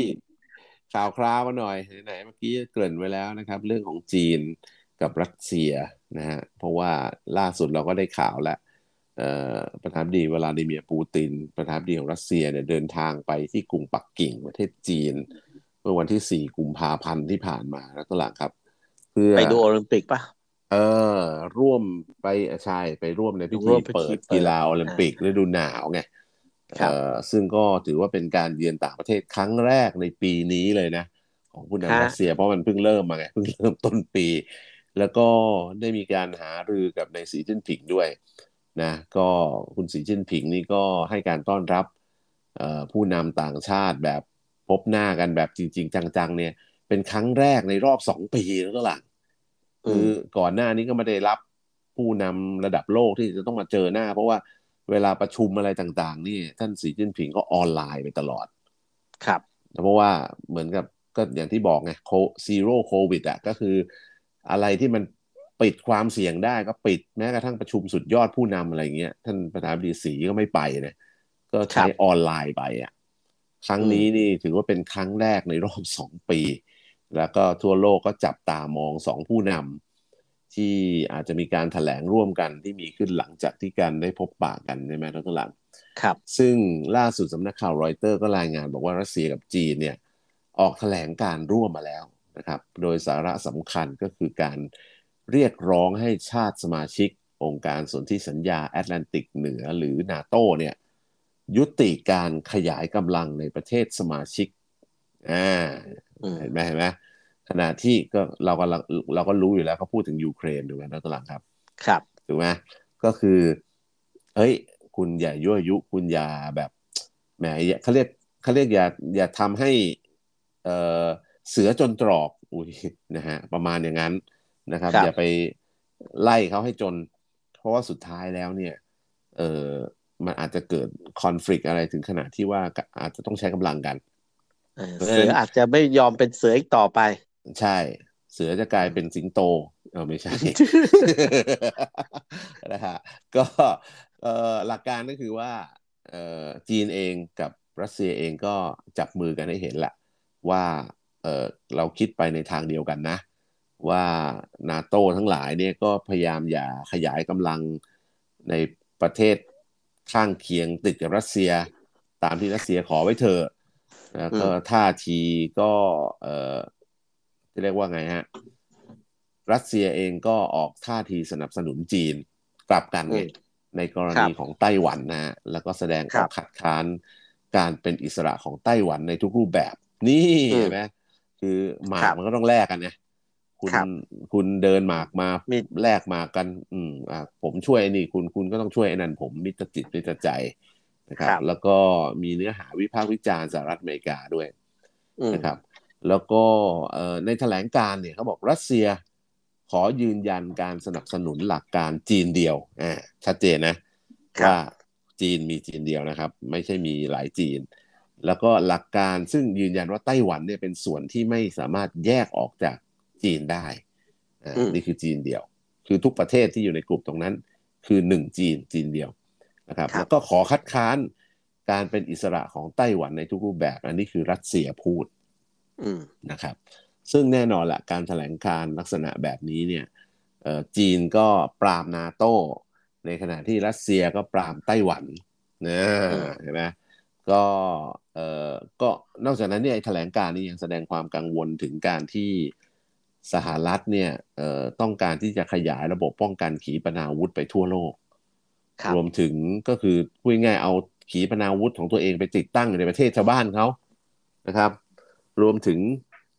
ข่าวคราวกันหน่อยไหนๆเมื่อกี้เกริ่นไว้แล้วนะครับ เรื่องของจีนกับรัสเซียนะฮะเพราะว่าล่าสุดเราก็ได้ข่าวแล้วเอ่อประธานาธิบดีวลาดิเมียร์ปูติน ประธานาธิบดีของรัสเซียเนี่ยเดินทางไปที่กรุงปักกิ่งประเทศจีน เมื่อวันที่ 4 กุมภาพันธ์ที่ผ่านมาแล้วก็หลังครับ เพื่อ ไปดูโอลิมปิกปะ เออร่วมไปใช่ไปร่วมในพิ ร่ ธี วมพิธี เปิด เปิด กีฬาโอลิมปิกฤดูหนาวไง ครับ เอ่อซึ่งก็ถือว่าเป็นการเยือนต่างประเทศครั้งแรกในปีนี้เลยนะ ของผู้ ฮะ นำรัสเซียเพราะมันเพิ่งเริ่มมาไงเพิ่งเริ่มต้นปี แล้วก็ได้มีการหารือกับในายสีจิ้นผิงด้วยนะก็คุณสีจิ้นผิงนี่ก็ให้การต้อนรับเอ่อผู้นำต่างชาติแบบพบหน้ากันแบบจริง ๆ จังๆ เนี่ย เป็นครั้งแรกในรอบสองปีแล้วก็หลัง อื คืมอก่อนหน้านี้ก็ไม่ได้รับผู้นำระดับโลกที่จะต้องมาเจอหน้า เพราะว่าเวลาประชุมอะไรต่างๆ นี่ท่านสีจิ้นผิงก็ออนไลน์ไปตลอด ครับ เพราะว่าเหมือนกับก็อย่างที่บอกไงโคซีโร่โควิดอ่ะก็คืออะไรที่มันปิดความเสี่ยงได้ก็ปิดแม้กระทั่งประชุมสุดยอดผู้นำอะไรเงี้ยท่านประธานาธิบดีสีก็ไม่ไปนะก็ใช้ ครับ ออนไลน์ไปอ่ะครั้งนี้นี่ถือว่าเป็นครั้งแรกในรอบ สองปี แล้วก็ทั่วโลกก็จับตามองสองผู้นำที่อาจจะมีการถแถลงร่วมกันที่มีขึ้นหลังจากที่การได้พบปะกันใช่ไหมทั้งหลัง ครับ ซึ่งล่าสุดสำนักข่าวรอยเตอร์ก็รายงานบอกว่ารัสเซียกับจีนเนี่ยออกแถลงการร่วมมาแล้วนะครับ โดยสาระสำคัญก็คือการเรียกร้องให้ชาติสมาชิก องค์การสนธิสัญญาแอตแลนติกเหนือหรือนาโตเนี่ยยุติการขยายกำลังในประเทศสมาชิกอ่า อืม เห็นไหมเห็นไหมขณะที่ก็เรากำลังเราก็รู้อยู่แล้วเขาพูดถึงยูเครนถูกไหมนะตอนหลังครับ ครับ ถูกไหมก็คือเฮ้ย คุณอย่ายั่วยุ คุณอย่าแบบแหมอย่าเขาเรียกเขาเรียกอย่าอย่าทำให้เอ่อเสือจนตรอกอุ้ยนะฮะประมาณอย่างนั้นนะครับ ครับ อย่าไปไล่เขาให้จน เพราะว่าสุดท้ายแล้วเนี่ยเอ่อ มันอาจจะเกิดคอน FLICT อะไรถึงขนาดที่ว่าอาจจะต้องใช้กำลังกัน เออเสืออาจจะไม่ยอมเป็นเสืออีกต่อไป ใช่ เสือจะกลายเป็นสิงโตเออไม่ใช่ นะฮะก็เอ่อหลักการก็คือว่าเอ่อจีนเองกับรัสเซียเองก็จับมือกันให้เห็นแหละว่าเอ่อเราคิดไปในทางเดียวกันนะ ว่านาโตทั้งหลายเนี่ยก็พยายามอย่าขยายกำลังในประเทศข้างเคียงติดกับรัสเซีย ตามที่รัสเซียขอไว้เถอะแล้วก็ท่าทีก็เอ่อจะเรียกว่าไงฮะ รัสเซียเองก็ออกท่าทีสนับสนุนจีนกลับกันไง อืม ในกร ครั ณี บ ของไต้หวันนะฮะแล้วก็แสดง ค อ รั อบกขัดค้านการเป็นอิสระของไต้หวันในทุกรูปแบบ นี่ อืม เห็นไหมคือหมาก ครับ มันก็ต้องแลกกันนะคุณ ครับ คุณเดินหมากมา มี แลกหมากกัน อืมอ่ะผมช่วยไอ้นี่คุณคุณก็ต้องช่วยไอ้นั่นผมมิตรจิตมิตรใจนะครับ ครับ แล้วก็มีเนื้อหาวิพากษ์วิจารณ์สหรัฐอเมริกาด้วย อืม นะครับแล้วก็เอ่อในแถลงการเนี่ยเขาบอกรัสเซียขอยืนยันการสนับสนุนหลักการจีนเดียวอ่าชัดเจนนะครับว่าจีนมีจีนเดียวนะครับ ไม่ใช่มีหลายจีน แล้วก็หลักการซึ่งยืนยันว่าไต้หวันเนี่ยเป็นส่วนที่ไม่สามารถแยกออกจากจีนได้อ่า อืม นี่คือจีนเดียว คือทุกประเทศที่อยู่ในกลุ่มตรงนั้น คือหนึ่งจีนจีนเดียวนะครับ ครับ แล้วก็ขอคัดค้านการเป็นอิสระของไต้หวันในทุกรูปแบบ อันนี้คือรัสเซียพูด อืม นะครับซึ่งแน่นอนละการถแถลงการลักษณะแบบนี้เนี่ยเอ่อจีนก็ปราบนาโตในขณะที่รัสเซียก็ปราบไต้หวันนะ อืม เห็นไหมก็เอ่อก็นอกจากนั้นเนี่ยไอ้แถลงการนี้ยังแสดงความกังวลถึงการที่สหรัฐเนี่ยเอ่อต้องการที่จะขยายระบบป้องกันขีปนาวุธไปทั่วโลก ครับ รวมถึงก็คือพูดง่ายๆเอาขีปนาวุธของตัวเองไปติดตั้งอยู่ในประเทศชาวบ้านเขานะครับ รวมถึง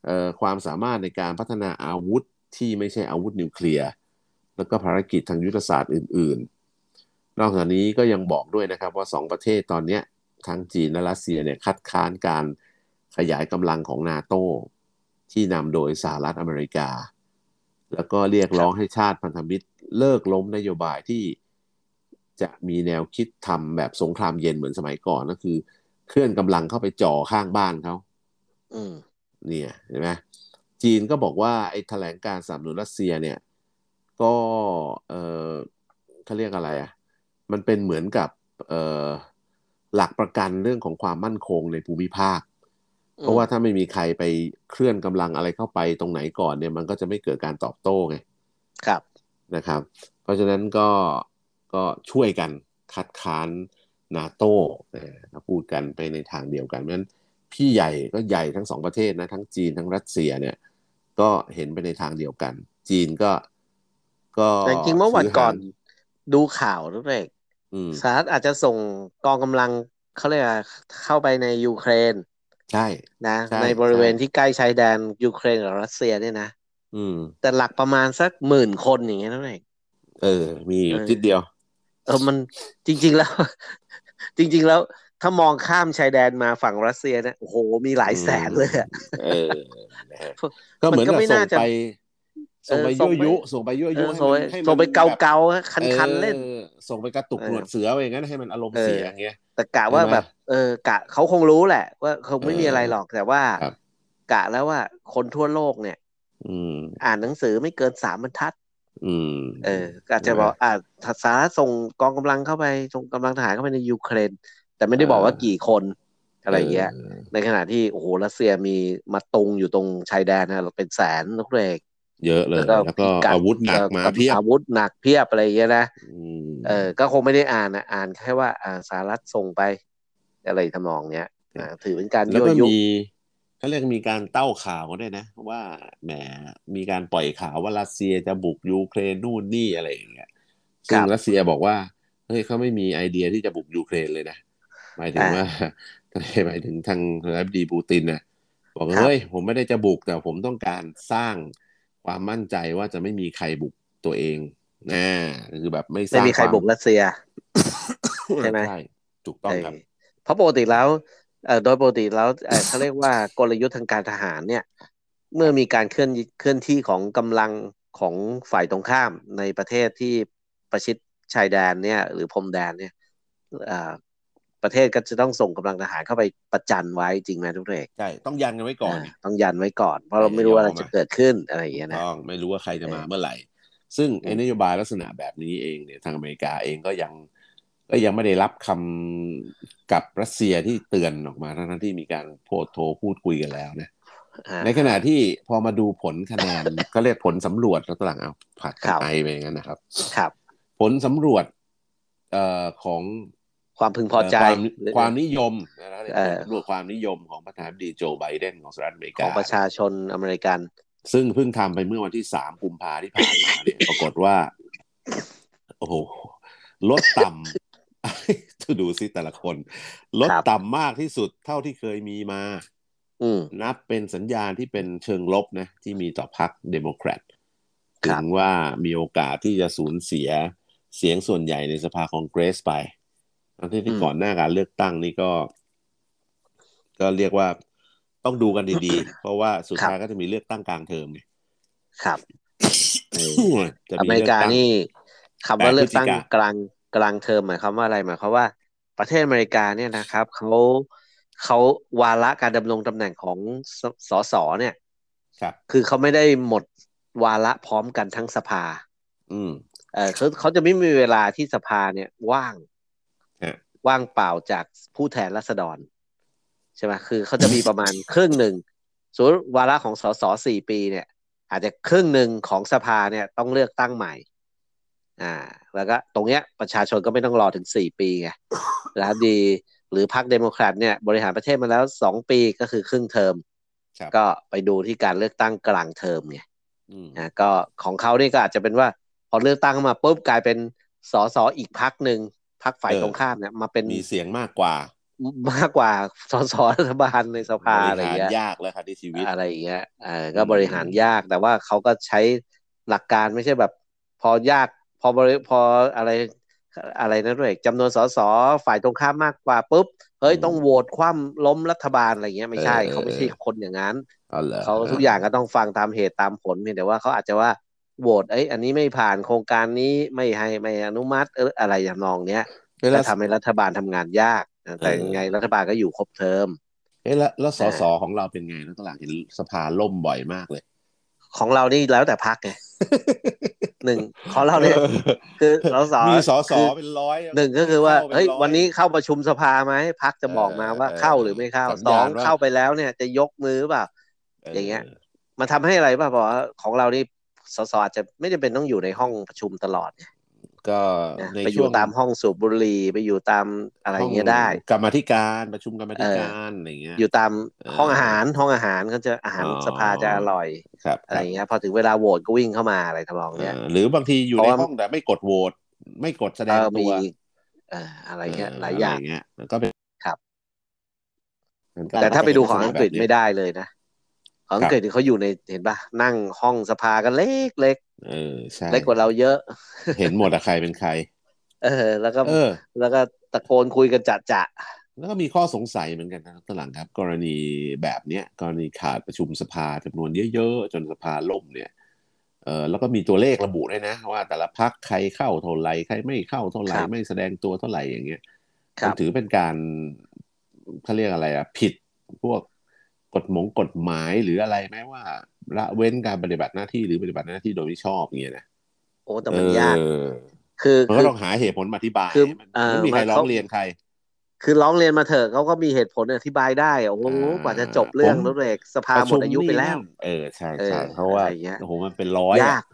เอ่อความสามารถในการพัฒนาอาวุธที่ไม่ใช่อาวุธนิวเคลียร์แล้วก็ภารกิจทางยุทธศาสตร์อื่นๆ นอกจากนี้ก็ยังบอกด้วยนะครับว่าสองประเทศตอนเนี้ยทั้งจีนและรัสเซียเนี่ยคัดค้านการขยายกำลังของนาโตที่นำโดยสหรัฐอเมริกา แล้วก็เรียกร้องให้ชาติพันธมิตรเลิกล้มนโยบายที่จะมีแนวคิดทำแบบสงครามเย็นเหมือนสมัยก่อนก็คือ เคลื่อนกำลังเข้าไปจ่อข้างบ้านเขา อืม เนี่ยเห็นไหมจีนก็บอกว่าไอ้แถลงการสนับสนุนรัสเซียเนี่ย ก็เออเขาเรียกอะไรอ่ะ มันเป็นเหมือนกับเออหลักประกันเรื่องของความมั่นคงในภูมิภาค อืม เพราะว่าถ้าไม่มีใครไปเคลื่อนกำลังอะไรเข้าไปตรงไหนก่อนเนี่ยมันก็จะไม่เกิดการตอบโต้ไง ครับ นะครับ เพราะฉะนั้นก็ก็ช่วยกันคัดค้านนาโต้นะพูดกันไปในทางเดียวกันเพราะฉะนั้นพี่ใหญ่ก็ใหญ่ทั้งสองประเทศนะทั้งจีนทั้งรัสเซียเนี่ยก็เห็นไปในทางเดียวกัน จีนก็ก็ แต่จริงๆเมื่อวันก่อน ถืหา ดูข่าวรู้ไหม งอืม สหรัฐอาจจะส่งกองกำลังเขาเรียกอะไรเข้าไปในยูเครน ใช่ นะ ใช่ ในบริเวณ ใช่ ที่ใกล้ชายแดนยูเครนกับรัสเซียเนี่ยนะ อืม แต่หลักประมาณสักหมื่นคนอย่างเงี้ยนั่นเอง เออ มีอยู่ทิศเดียว เออมันจริง ๆแล้ว จริง ๆ แล้วถ้ามองข้ามชายแดนมาฝั่งรัสเซียเนี่ยโอ้โหมีหลายแสนเลยอะ เออนะฮะ มัน ก็เหมือนกับ ไม่ ส่ น่างจะ ไป ส่งไป เออส่ ยั่วงไป ยุส่งไปยั่ว เอ ยุ อ ให้ ส่ง มั ไป นให้มัน ส่งไป แบบ เกาๆให้คันๆเล่น ออส่งไปกระตุก เออ หนวดเสือไปอย่างนั้นให้มันอารมณ์ เออ เสียอย่างเงี้ย แต่กะว่า ใช่ไหม แบบ เออกะเขาคงรู้แหละ ว่าคงไม่มีอะไร เออ หรอกแต่ว่า ครับ กะแล้วว่าคนทั่วโลกเนี่ย อืม อ่านหนังสือไม่เกินสามบรรทัด อืม เออก็อาจจะบอกอ่าสหรัฐส่งกองกำลังเข้าไปส่งกำลังทหารเข้าไปในยูเครน แต่ไม่ได้บอกว่ากี่คนอะไรอย่างเงี้ย ในขณะที่โอ้โหรัสเซียมีมาตุงอยู่ตรงชายแดนนะเป็นแสนนักเรก เยอะเลย แล้วก็ ด อาวุธหนักมาเพียบ อาวุธหนักเพียบอะไรอย่างเงี้ยนะ อืม เออ ก็คงไม่ได้อ่านนะ อ่านแค่ว่า อ่าสหรัฐส่งไป อะไรทำนองเนี้ยอ่าถือเป็นการ แล้ว ยั่ว ก็ ยุ มีเขาเรียกมีการเต้าข่าวกันด้วยนะ ว่าแหมมีการปล่อยข่าวว่ารัสเซียจะบุกยูเครนนู่นนี่อะไรอย่างเงี้ยซึ่ง ครับ รัสเซียบอกว่าเฮ้ยเขาไม่มีไอเดียที่จะบุกยูเครนเลยนะ หมายถึง อ่า ว่า หมายถึงทางประธานาธิบดีปูตินนะบอกว่า ครับ เฮ้ยผมไม่ได้จะบุกแต่ผมต้องการสร้างความมั่นใจว่าจะไม่มีใครบุกตัวเองนะคือแบบไม่ส ไม่ ร้าง มีใคร วา บุกรัสเซีย ใช่ไหม ถูกต้องครับ เออเพราะปกติแล้วเอ่อโดยปกติแล้วเอ่อเขาเรียกว่ากลยุทธ์ทางการทหารเนี่ย เมื่อมีการเคลื่อนเคลื่อนที่ของกำลังของฝ่ายตรงข้ามในประเทศที่ประชิดชายแดนเนี่ย หรือพรมแดนเนี่ย อ่าประเทศก็จะต้องส่งกำลังทหารเข้าไปประจันไว้จริงไหมทุกเอก ใช่ต้องยันกันไว้ก่อน าต้องยันไว้ก่อน เพราะเราไม่รู้ว่าอะไร เดี๋ จะ ยว เกิดขึ้นอะไรอย่างเงี้ยนะ ต้องไม่รู้ว่าใครจะมา เออ เมื่อไหร่ ซึ่งไอ้ อืม นโยบายลักษณะแบบนี้เองเนี่ยทางอเมริกาเองก็ยังก็ยังไม่ได้รับคำกับรัสเซียที่เตือนออกมาทั้งๆที่มีการโพดโทรพูดคุยกันแล้วนะ อ่า ในขณะที่พอมาดูผลคะแน น ก็เรียกผลสำรวจแล้วตลังเอาผัดกั คน รับ ไปไปอย่างนั้นนะครับ ครับ ผลสำรวจเอ่อของ ความพึงพอใจ เความ หรือ ความนิยมนะครับ เออ สำรวจความนิยมของประธานาธิบดีโจไบเดนของสหรัฐอเมริ ข กา องประชาชนอเมริกัน ซึ่งเพิ่งทำไปเมื่อวันที่สามกุมภาที่ผ่านมาเนี่ย ปรากฏว่า โอ้โห ลดต่ำ ดูสิแต่ละคน ลด ครับ ต่ำมากที่สุดเท่าที่เคยมีมา อืม นับเป็นสัญญาณที่เป็นเชิงลบนะ ที่มีต่อพรรคเดโมแครต ค ถึ รับ งว่ามีโอกาสที่จะสูญเสียเสียงส่วนใหญ่ในสภาคองเกรสไปทั้งที่ที่ อืม ก่อนหน้าการเลือกตั้งนี่ก็ ก็เรียกว่าต้องดูกันดีๆ เพราะว่าสุดท้ายก็จะมีเลือกตั้งกลางเทอมไง ครับเออ จะ อ มี เมริ เลือก าก ตั้ง นี่คำว่า แปดพฤศจิกา เลือกตั้งกลางกลางเทอมหมายความว่าอะไรหมายความว่าประเทศอเมริกาเนี่ยนะครับเขาเขาวาระการดำรงตำแหน่งของสสสเนี่ย ครับ คือเขาไม่ได้หมดวาระพร้อมกันทั้งสภา อืม เออเขาเขาจะไม่มีเวลาที่สภาเนี่ยว่าง ฮะ ว่างเปล่าจากผู้แทนราษฎร ใช่ไหมคือเขาจะมีประมาณ ครึ่งหนึ่งสมมติวาระของสสสี่ปีเนี่ย อาจจะครึ่งหนึ่งของสภาเนี่ยต้องเลือกตั้งใหม่ อ่า แล้วก็ตรงเนี้ยประชาชนก็ไม่ต้องรอถึงสี่ปีไงแล้วดี หรือพรรคเดโมแครตเนี่ยบริหารประเทศมาแล้วสองปีก็คือครึ่งเทอม ครับ ก็ไปดูที่การเลือกตั้งกลางเทอมไง อืม นะก็ของเขานี่ก็อาจจะเป็นว่าพอเลือกตั้งมาปุ๊บกลายเป็นสสอีกพักหนึ่งพักฝ่ายตรงข้ามเนี่ยมาเป็น มีเสียงมากกว่า ามากกว่าสสรัฐบาลในสภา บ อะไร ริ อ หา ย่าง ร เงี้ย ยากแล้วครับที่ชีวิต อะไรอย่างเงี้ยเออ ม ก็บริหารยากแต่ว่าเขาก็ใช้หลักการไม่ใช่แบบ พอยากพอบริพออะไรอะไรนะด้วยจำนวนสสฝ่ายตรงข้ามมากกว่าปุ๊บเฮ้ยต้องโหวตคว่ำล้มรัฐบาลอะไรอย่างเงี้ยไม่ใช่เขาไม่ใช่คนอย่างนั้น อ๋อเหรอ เขาทุกอย่างก็ต้องฟังตามเหตุตามผลเพียงแต่ว่าเขาอาจจะว่าโหวตเอ้ยอันนี้ไม่ผ่านโครงการนี้ไม่ให้ไม่อนุมัติเอออะไรอย่างนองเนี้ย เอ๊ะ ก็ แล้ว ทำให้รัฐบาลทำงานยากนะแต่ เออ ยังไงรัฐบาลก็อยู่ครบเทอม เอ๊ะแล้วแล้วส อ่า สของเราเป็นไงแล้วตลาดเห็นสภาล่มบ่อยมากเลย ของเรานี่แล้วแต่พักไงหนึ่งของเราเนี่ยคือเราสอ มีสส คือ เป็นร้อย หนึ่งก็คือว่า ข้ป็ เฮ้ย ร้อ วันนี้เข้าประชุมสภาไหมพักจะบอกมาว่า เออ เข้าหรือไม่เข้า สัญญาณ สอง ว่า เข้าไปแล้วเนี่ยจะยกมือหรือเปล่า อย่างเงี้ย มันทำให้อะไรป่ะบอกว่าของเรานี่สสอาจจะไม่จำเป็นต้องอยู่ในห้องประชุมตลอด ก็ นะ ใน ไปอ ช่ว ยู่ ง ตามห้องสูบบุหรี่ไปอยู่ตามอะไรอย่างเงี้ยได้ กรรมาธิการประชุมกรรมาธิการอะไรเงี้ย อยู่ตาม เออ ห้องอาหารห้องอาหารเขาจะอาหาร อ๋อ สภาจะอร่อย ครับ อะไรอย่างเงี้ยพอถึงเวลาโหวตก็วิ่งเข้ามาอะไรทำนองเนี้ย เออหรือบางทีอยู่ เพ ใน ราะว่า ห้องแต่ไม่กดโหวตไม่กดแสด ก็ ง มี ตัว เอ่ออะไรเงี้ยหลายอย่างเะไรเงี้ยแล้วก็เป็น ครับ มันก็ แต่ถ้าไปดูของอังกฤษ ลัษณะแบบนี้ ไม่ได้เลยนะของอังกฤษนี่เขาอยู่ในเห็นป่ะนั่งห้องสภากันเล็กเล็ก เออใช่ เล็กกว่าเราเยอะ เห็นหมดอะใครเป็นใคร เออ แล้วก็ เออ แล้วก็ตะโกนคุยกันจะจะ แล้วก็มีข้อสงสัยเหมือนกันนะตอนหลังครับ กรณีแบบเนี้ยกรณีขาดประชุมสภาจำนวนเยอะๆ จนสภาล่มเนี่ยเออแล้วก็มีตัวเลขระบุด้วยนะ ว่าแต่ละพักใครเข้าเท่าไหร่ใครไม่เข้าเท่าไหร่ ครับ ไม่แสดงตัวเท่าไหร่อย่างเงี้ย ครับ มันถือเป็นการเขาเรียกอะไรอะผิดพวกกฎหมงกฎหมายหรืออะไรไหมว่าละเว้นการปฏิบัติหน้าที่หรือปฏิบัติหน้าที่โดยไม่ชอบอย่างเงี้ยนะ โอ้แต่มันยาก เออ คือ มัน คื ก็ อ ต้องหาเหตุผลมาอธิบาย คือ มัน เอ่อ ไม่มีใคร มัน ร้อ เขา งเรียนใคร คือร้องเรียนมาเถอะเขาก็มีเหตุผลอธิบายได้อะโอ้โห อ่าก ว่าจะจบเรื่อง ผม รถเอกสภาหมดอายุไปแล้ปวระชุมนี่นั่นเออใช่ เออ ใช่เพราะว่า อะไรเงี้ย โอ้โหมันเป็นร้อยอะ ยาก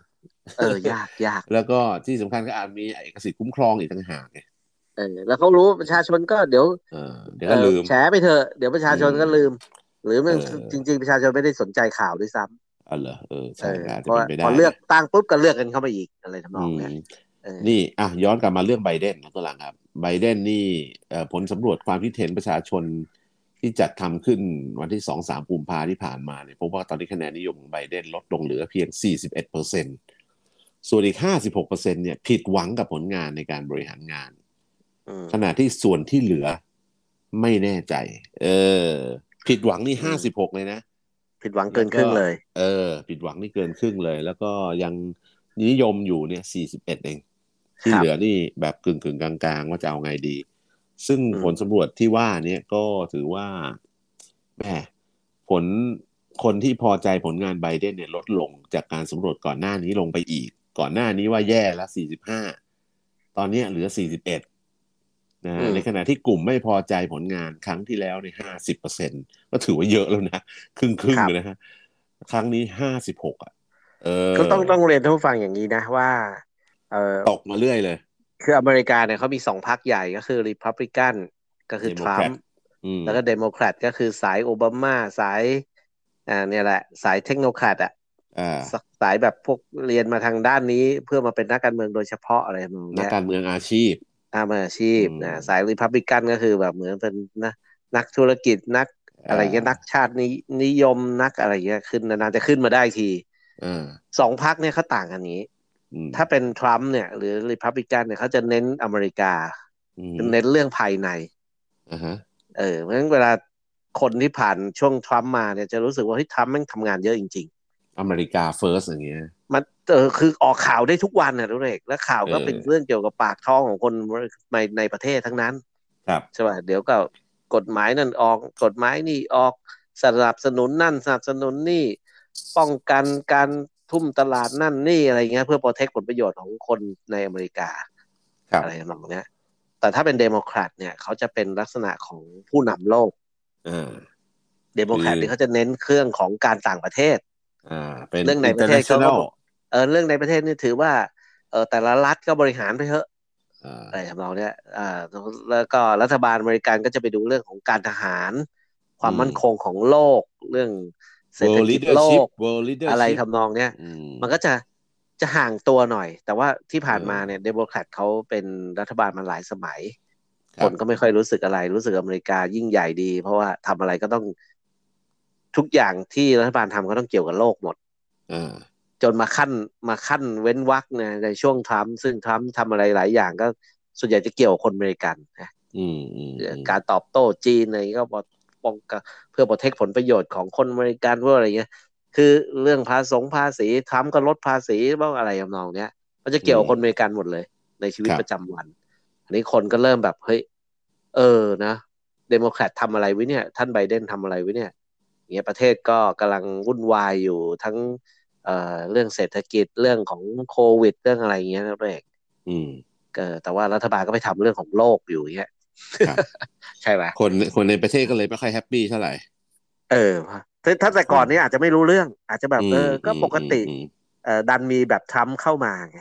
เออยากยาก แล้วก็ที่สำคัญก็อาจมีเอกสิทธิ์คุ้มครองอีกต่างหากไง เออแล้วเขารู้ประชาชนก็เดี๋ยว เออเดี๋ยวก็ลืม เอ่อแฉไปเถอะเดี๋ยวประชาชนก็ลืม หรือมัน เออ จริง ๆ ประชาชนไม่ได้สนใจข่าวด้วยซ้ อ๋อเหรอเออ ำเอ ใช่ อ ก็อาจจะเพราะ เป็นไปได้ พอเลือกตั้งปุ๊บก็เลือกกันเข้ามาอีกอะไรทำน อื อง ม เนี้ยเออ นี่อ่ะย้อนกลับมาเรื่องไบเดนนะตัวหลังครับไบเดนนี่เอ่อผลสำรวจความคิดเห็นประชาชนที่จัดทำขึ้นวันที่สองสามกุมภาที่ผ่านมาเนี่ยพบว่าตอนนี้คะแนนนิยมของไบเดนลดลงเหลือเพียง 41เปอร์เซ็นส่วนอีก 56เปอร์เซ็นเนี่ยผิดหวังกับผลงานในการบริหารงาน อืม ขณะที่ส่วนที่เหลือไม่แน่ใจ เออ ผิดหวังนี่ อื ห้าม สิบหกเลยนะ ผิดหวังเกินครึ่งเลย เออ ผิดหวังนี่เกินครึ่งเลย แล้วก็ยังนิยมอยู่เนี่ยสี่สิบเอ็ดเอง ที่ ครับ เหลือนี่แบบกึ่งกึ่งๆกลางๆ ว่าจะเอาไงดี ซึ่งผลสำรวจที่ว่าเนี่ยก็ถือว่าแหมผลคนที่พอใจผลงานไบเดนเนี่ยลดลงจากการสำรวจก่อนหน้านี้ลงไปอีก ก่อนหน้านี้ว่าแย่ละ45 ตอนเนี้ยเหลือ 41นะ อื ฮะ ม ในขณะที่กลุ่มไม่พอใจผลงานครั้งที่แล้วใน50%ก็ถือว่าเยอะแล้วนะ ครึ่งครึ่งๆเลยนะฮะครั้งนี้ 56อ่ะเออ ก็ต้องต้องเรียนท่านผู้ฟังอย่างนี้นะว่าเออ ตกมาเรื่อยเลย คืออเมริกาเนี่ยเขามีสองพรรคใหญ่ก็คือรีพับลิกันก็คือทรัม Democrat ป์ อืม แล้วก็เดโมแครตก็คือสายโอบามาสายอ่าเนี่ยแหละ สายเทคโนแครตอ่ะ อ่า สสายแบบพวกเรียนมาทางด้านนี้เพื่อมาเป็นนักการเมืองโดยเฉพาะอะไรแบบ นัก เนี้ย การเมืองอาชีพ ตามอาชีพ อื นะ ม สายริพับลิกันก็คือแบบเหมือนเป็นนะนักธุรกิจนักอะไรเงี้ยนักชาตินินิยมนักอะไรเงี้ยขึ้นนานๆจะขึ้นมาได้ที อ่า สองพักเนี่ยเขาต่างกันอย่างนี้ อืม ถ้าเป็นทรัมป์เนี่ย หรือริพับลิกันเนี่ยเขาจะเน้นอเมริกา อืม เน้นเรื่องภายใน อ่าฮะ เออเพราะฉะนั้นเวลาคนที่ผ่านช่วงทรัมป์มาเนี่ยจะรู้สึกว่าเฮ้ยทรัมป์แม่งทำงานเยอะจริง อเมริกาเฟิร์สอย่างเงี้ย ๆ มันเออคือออกข่าวได้ทุกวันนะทุกเอกและข่าวก็ เออ เป็นเรื่องเกี่ยวกับปากท้องของคนในในประเทศทั้งนั้น ครับ ใช่ป่ะเดี๋ยวก็กฎหมายนั่นออกกฎหมายนี่ออกสนับสนุนนั่นสนับสนุนนี่ ป้องกันการทุ่มตลาดนั่นนี่อะไรเงี้ยเพื่อปรเทคผลประโยชน์ของคนในอเมริกา ครับ อะไรแบบเนี้ยแต่ถ้าเป็นเดโมแครตเนี่ยเขาจะเป็นลักษณะของผู้นำโลก อ่า เดโมแครต คือ นี่เขาจะเน้นเครื่องของการต่างประเทศ อ่า เป็น เรื่องในประเทศเขาก็ international เออเรื่องในประเทศนี่ถือว่าเออแต่ละรัฐก็บริหารไปเถอะ อ่า อะไรทำนองเนี้ยอ่าแล้วก็รัฐบาลอเมริกันก็จะไปดูเรื่องของการทหาร ความมั่นคงของโลก เรื่องเศรษฐ world กิจโล leadership ก world leadership อะไรทำนองเนี้ย อืม มันก็จะจะห่างตัวหน่อย แต่ว่าที่ผ่าน เออ มาเนี่ยเดโมแครตเขาเป็นรัฐบาลมาหลายสมัย ครับ คนก็ไม่ค่อยรู้สึกอะไรรู้สึกอเมริกายิ่งใหญ่ดี เพราะว่าทำอะไรก็ต้องทุกอย่างที่รัฐบาลทำก็ต้องเกี่ยวกับโลกหมด อ่า จนมาขั้นมาขั้นเว้นวรรคเนี่ยในช่วงทรัมป์ซึ่งทรัมป์ทำอะไรหลายอย่างก็ส่วนใหญ่จะเกี่ยวกับคนอเมริกันนะ อืมอืมอืม การตอบโต้จีนอะไรก็บอกป้องกันเพื่อปรเทคผลประโยชน์ของคนอเมริกันเพื่ออะไรเงี้ยคือเรื่องภาษงภาษีทรัมป์ก็ลดภาษีบ้างอะไรทำนองเนี้ยมันจะเกี่ยวกับคนอเมริกันหมดเลย ในชีวิตประจำวัน อันนี้คนก็เริ่มแบบเฮ้ยเออนะเดโมแครตทำอะไรไว้เนี่ย ท่านไบเดนทำอะไรไว้เนี่ยอย่างเงี้ยประเทศก็กำลังวุ่นวายอยู่ทั้ง เอ่อเรื่องเศรษฐกิจเรื่องของโควิด เรื่องอะไรอย่างเงี้ยนะเอก อืม เออแต่ว่ารัฐบาลก็ไปทำเรื่องของโลกอยู่อย่างเงี้ย ครับ ใช่ไหม คนคนในประเทศก็เลยไม่ค่อยแฮปปี้เท่าไหร่ เออถ้าถ้าแต่ก่อนเนี้อาจจะไม่รู้เรื่อง อาจจะแบบเอออ ม ก็ปกติ อืมอืม เออดันมีแบบทรัมป์เข้ามาไง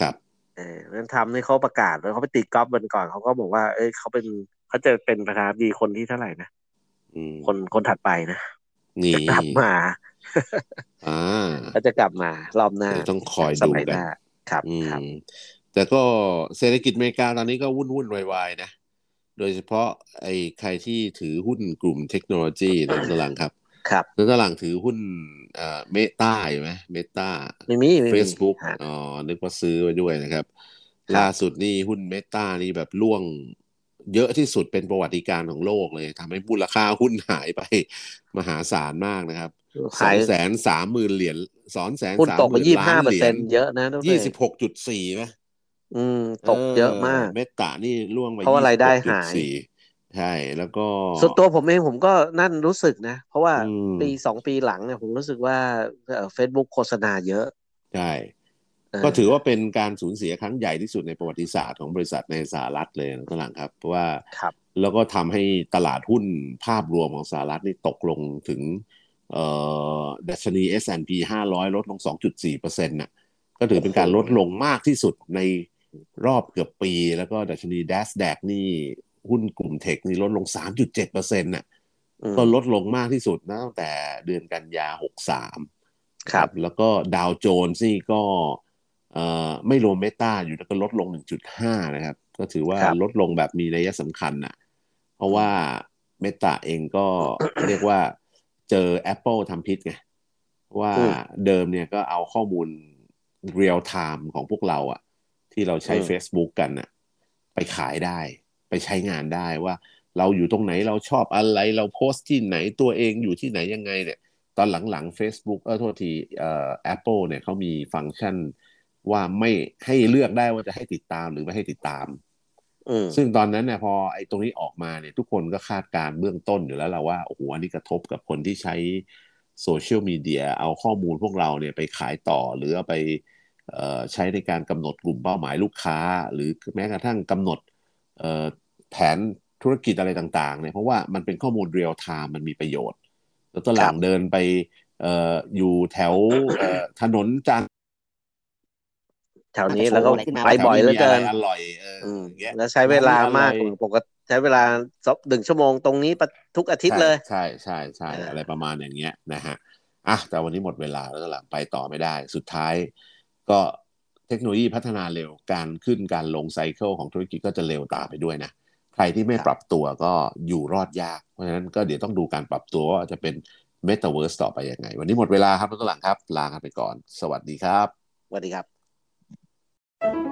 ครับ เออเพราะฉะนั้นทรัมป์นี่เขาประกาศแล้วเขาไปตีกอล์ฟวันก่อนเขาก็บอกว่าเอ้ยเขาเป็นเขาจะเป็นประธานาธิบดีคนที่เท่าไหร่นะ อืม คนคนถัดไปนะ นี่ จะกลับมา อ่า ก็จะกลับมารอบหน้า เดี๋ยวต้องคอย ส ดู มัย กันหน้าครับ อื ครับ ม แต่ก็เศรษฐกิจอเมริกาตอนนี้ก็วุ่นวุ่นๆวายๆนะ โดยเฉพาะไอ้ใครที่ถือหุ้นกลุ่มเทคโนโลยีในตลางครับ ครับ แล้วตลางถือหุ้นเอ่อเมตาอยู่ไหมเมตา ไม่มีไม่มี Facebook ฮะ อ๋อ นึกว่าซื้อไว้ด้วยนะครับ ครับ ล่าสุดนี่หุ้นเมตานี่แบบล่วงเยอะที่สุดเป็นประวัติการณ์ของโลกเลยทำให้มูลค่าหุ้นหายไป มหาศาลมากนะครับส หา อย งแสนสามหมื่นเหรียญสองแสน หุ้น สาม ตหกไป มื่น ยี่ ล้า ห้าน เปอ เห ร์ รี เซ็ ย น ญ เยอะนะด้วย ยี่สิบหกจุดสี่นะ อืม ตกเยอะมาก เมตานี่ล่วงไป เพราะว่ารายได้หาย 26.4ใช่ แล้วก็ ส่วนตัวผมเองผมก็นั่นรู้สึกนะ เพราะว่า อืม ปีสองปีหลังเนี่ยผมรู้สึกว่าเฟซบุ๊กโฆษณาเยอะ ใช่ เออ ก็ถือว่าเป็นการสูญเสียครั้งใหญ่ที่สุดในประวัติศาสตร์ของบริษัทในสหรัฐเลยนะตลังครับ เพราะว่า ครับ แล้วก็ทำให้ตลาดหุ้นภาพรวมของสหรัฐนี่ตกลงถึง เอ่อดัชนี S&P 500 ลดลง 2.4%น่ะ ก็ถือเป็นการลดลงมากที่สุดในรอบเกือบปี แล้วก็ดัชนี DASDAQ นี่หุ้นกลุ่มเทคนี่ลดลง 3.7%น่ะ อืม ก็ลดลงมากที่สุดนะตั้งแต่เดือนกันยา 63 ครับ แล้วก็ดาวโจนส์นี่ก็เอ่อไม่รวมเมตาอยู่แล้วก็ลดลง 1.5 นะครับ ก็ถือว่า ครับ ลดลงแบบมีนัยสำคัญนะเพราะว่าเมตาเองก็ เรียกว่าเจอ Apple ทำพิษไงว่า อืม เดิมเนี่ยก็เอาข้อมูลเรียลไทม์ของพวกเราอะที่เราใช้ อืม Facebook กันอะไปขายได้ ไปใช้งานได้ว่า เราอยู่ตรงไหนเราชอบอะไรเราโพสต์ที่ไหนตัวเองอยู่ที่ไหนยังไงเนี่ย ตอนหลังๆ Facebook เออโทษทีเอ่อ Apple เนี่ยเขามีฟังก์ชันว่าไม่ให้เลือกได้ว่าจะให้ติดตามหรือไม่ให้ติดตาม อืม ซึ่งตอนนั้นเนี่ยพอไอ้ตรงนี้ออกมาเนี่ยทุกคนก็คาดการณ์เบื้องต้นอยู่แล้วละว่าโอ้โหอันนี้กระทบกับคนที่ใช้โซเชียลมีเดียเอาข้อมูลพวกเราเนี่ยไปขายต่อหรือเอาไปเอ่อใช้ในการกำหนดกลุ่มเป้าหมายลูกค้า หรือแม้กระทั่งกำหนดเอ่อแผนธุรกิจอะไรต่างๆเนี่ยเพราะว่ามันเป็นข้อมูลเรียลไทม์มันมีประโยชน์ แล้วตอนหลังเดินไปเอ่ออยู่แถวเอ่อถนนจันทร์ แถวนี้แล้วก็ อะไรขึ้นมา ไปบ่อยเหลือเกิน แถวมีะไรอร่อยเอออ อืม อย่างเงี้ย แล้วใช้เวลามาก อะไร กว่าปกติใช้เวลาสักหนึ่งชั่วโมงตรงนี้ปะทุกอาทิตย์เลย ใช่ใช่ใช่ เอออ อะไรประมาณอย่างเงี้ยนะฮะอ่ะแต่วันนี้หมดเวลาแล้วหลังไปต่อไม่ได้ สุดท้าย ก็เทคโนโลยีพัฒนาเร็วการขึ้นการลงไซเคิลของธุรกิจก็จะเร็วตามไปด้วยนะ ใครที่ไม่ปรับตัวก็อยู่รอดยาก เพราะฉะนั้นก็เดี๋ยวต้องดูการปรับตัวว่าจะเป็นเมตาเวิร์สต่อไปยังไง วันนี้หมดเวลาครับแล้วก็หลังครับ ลากันไปก่อน สวัสดีครับ สวัสดีครับ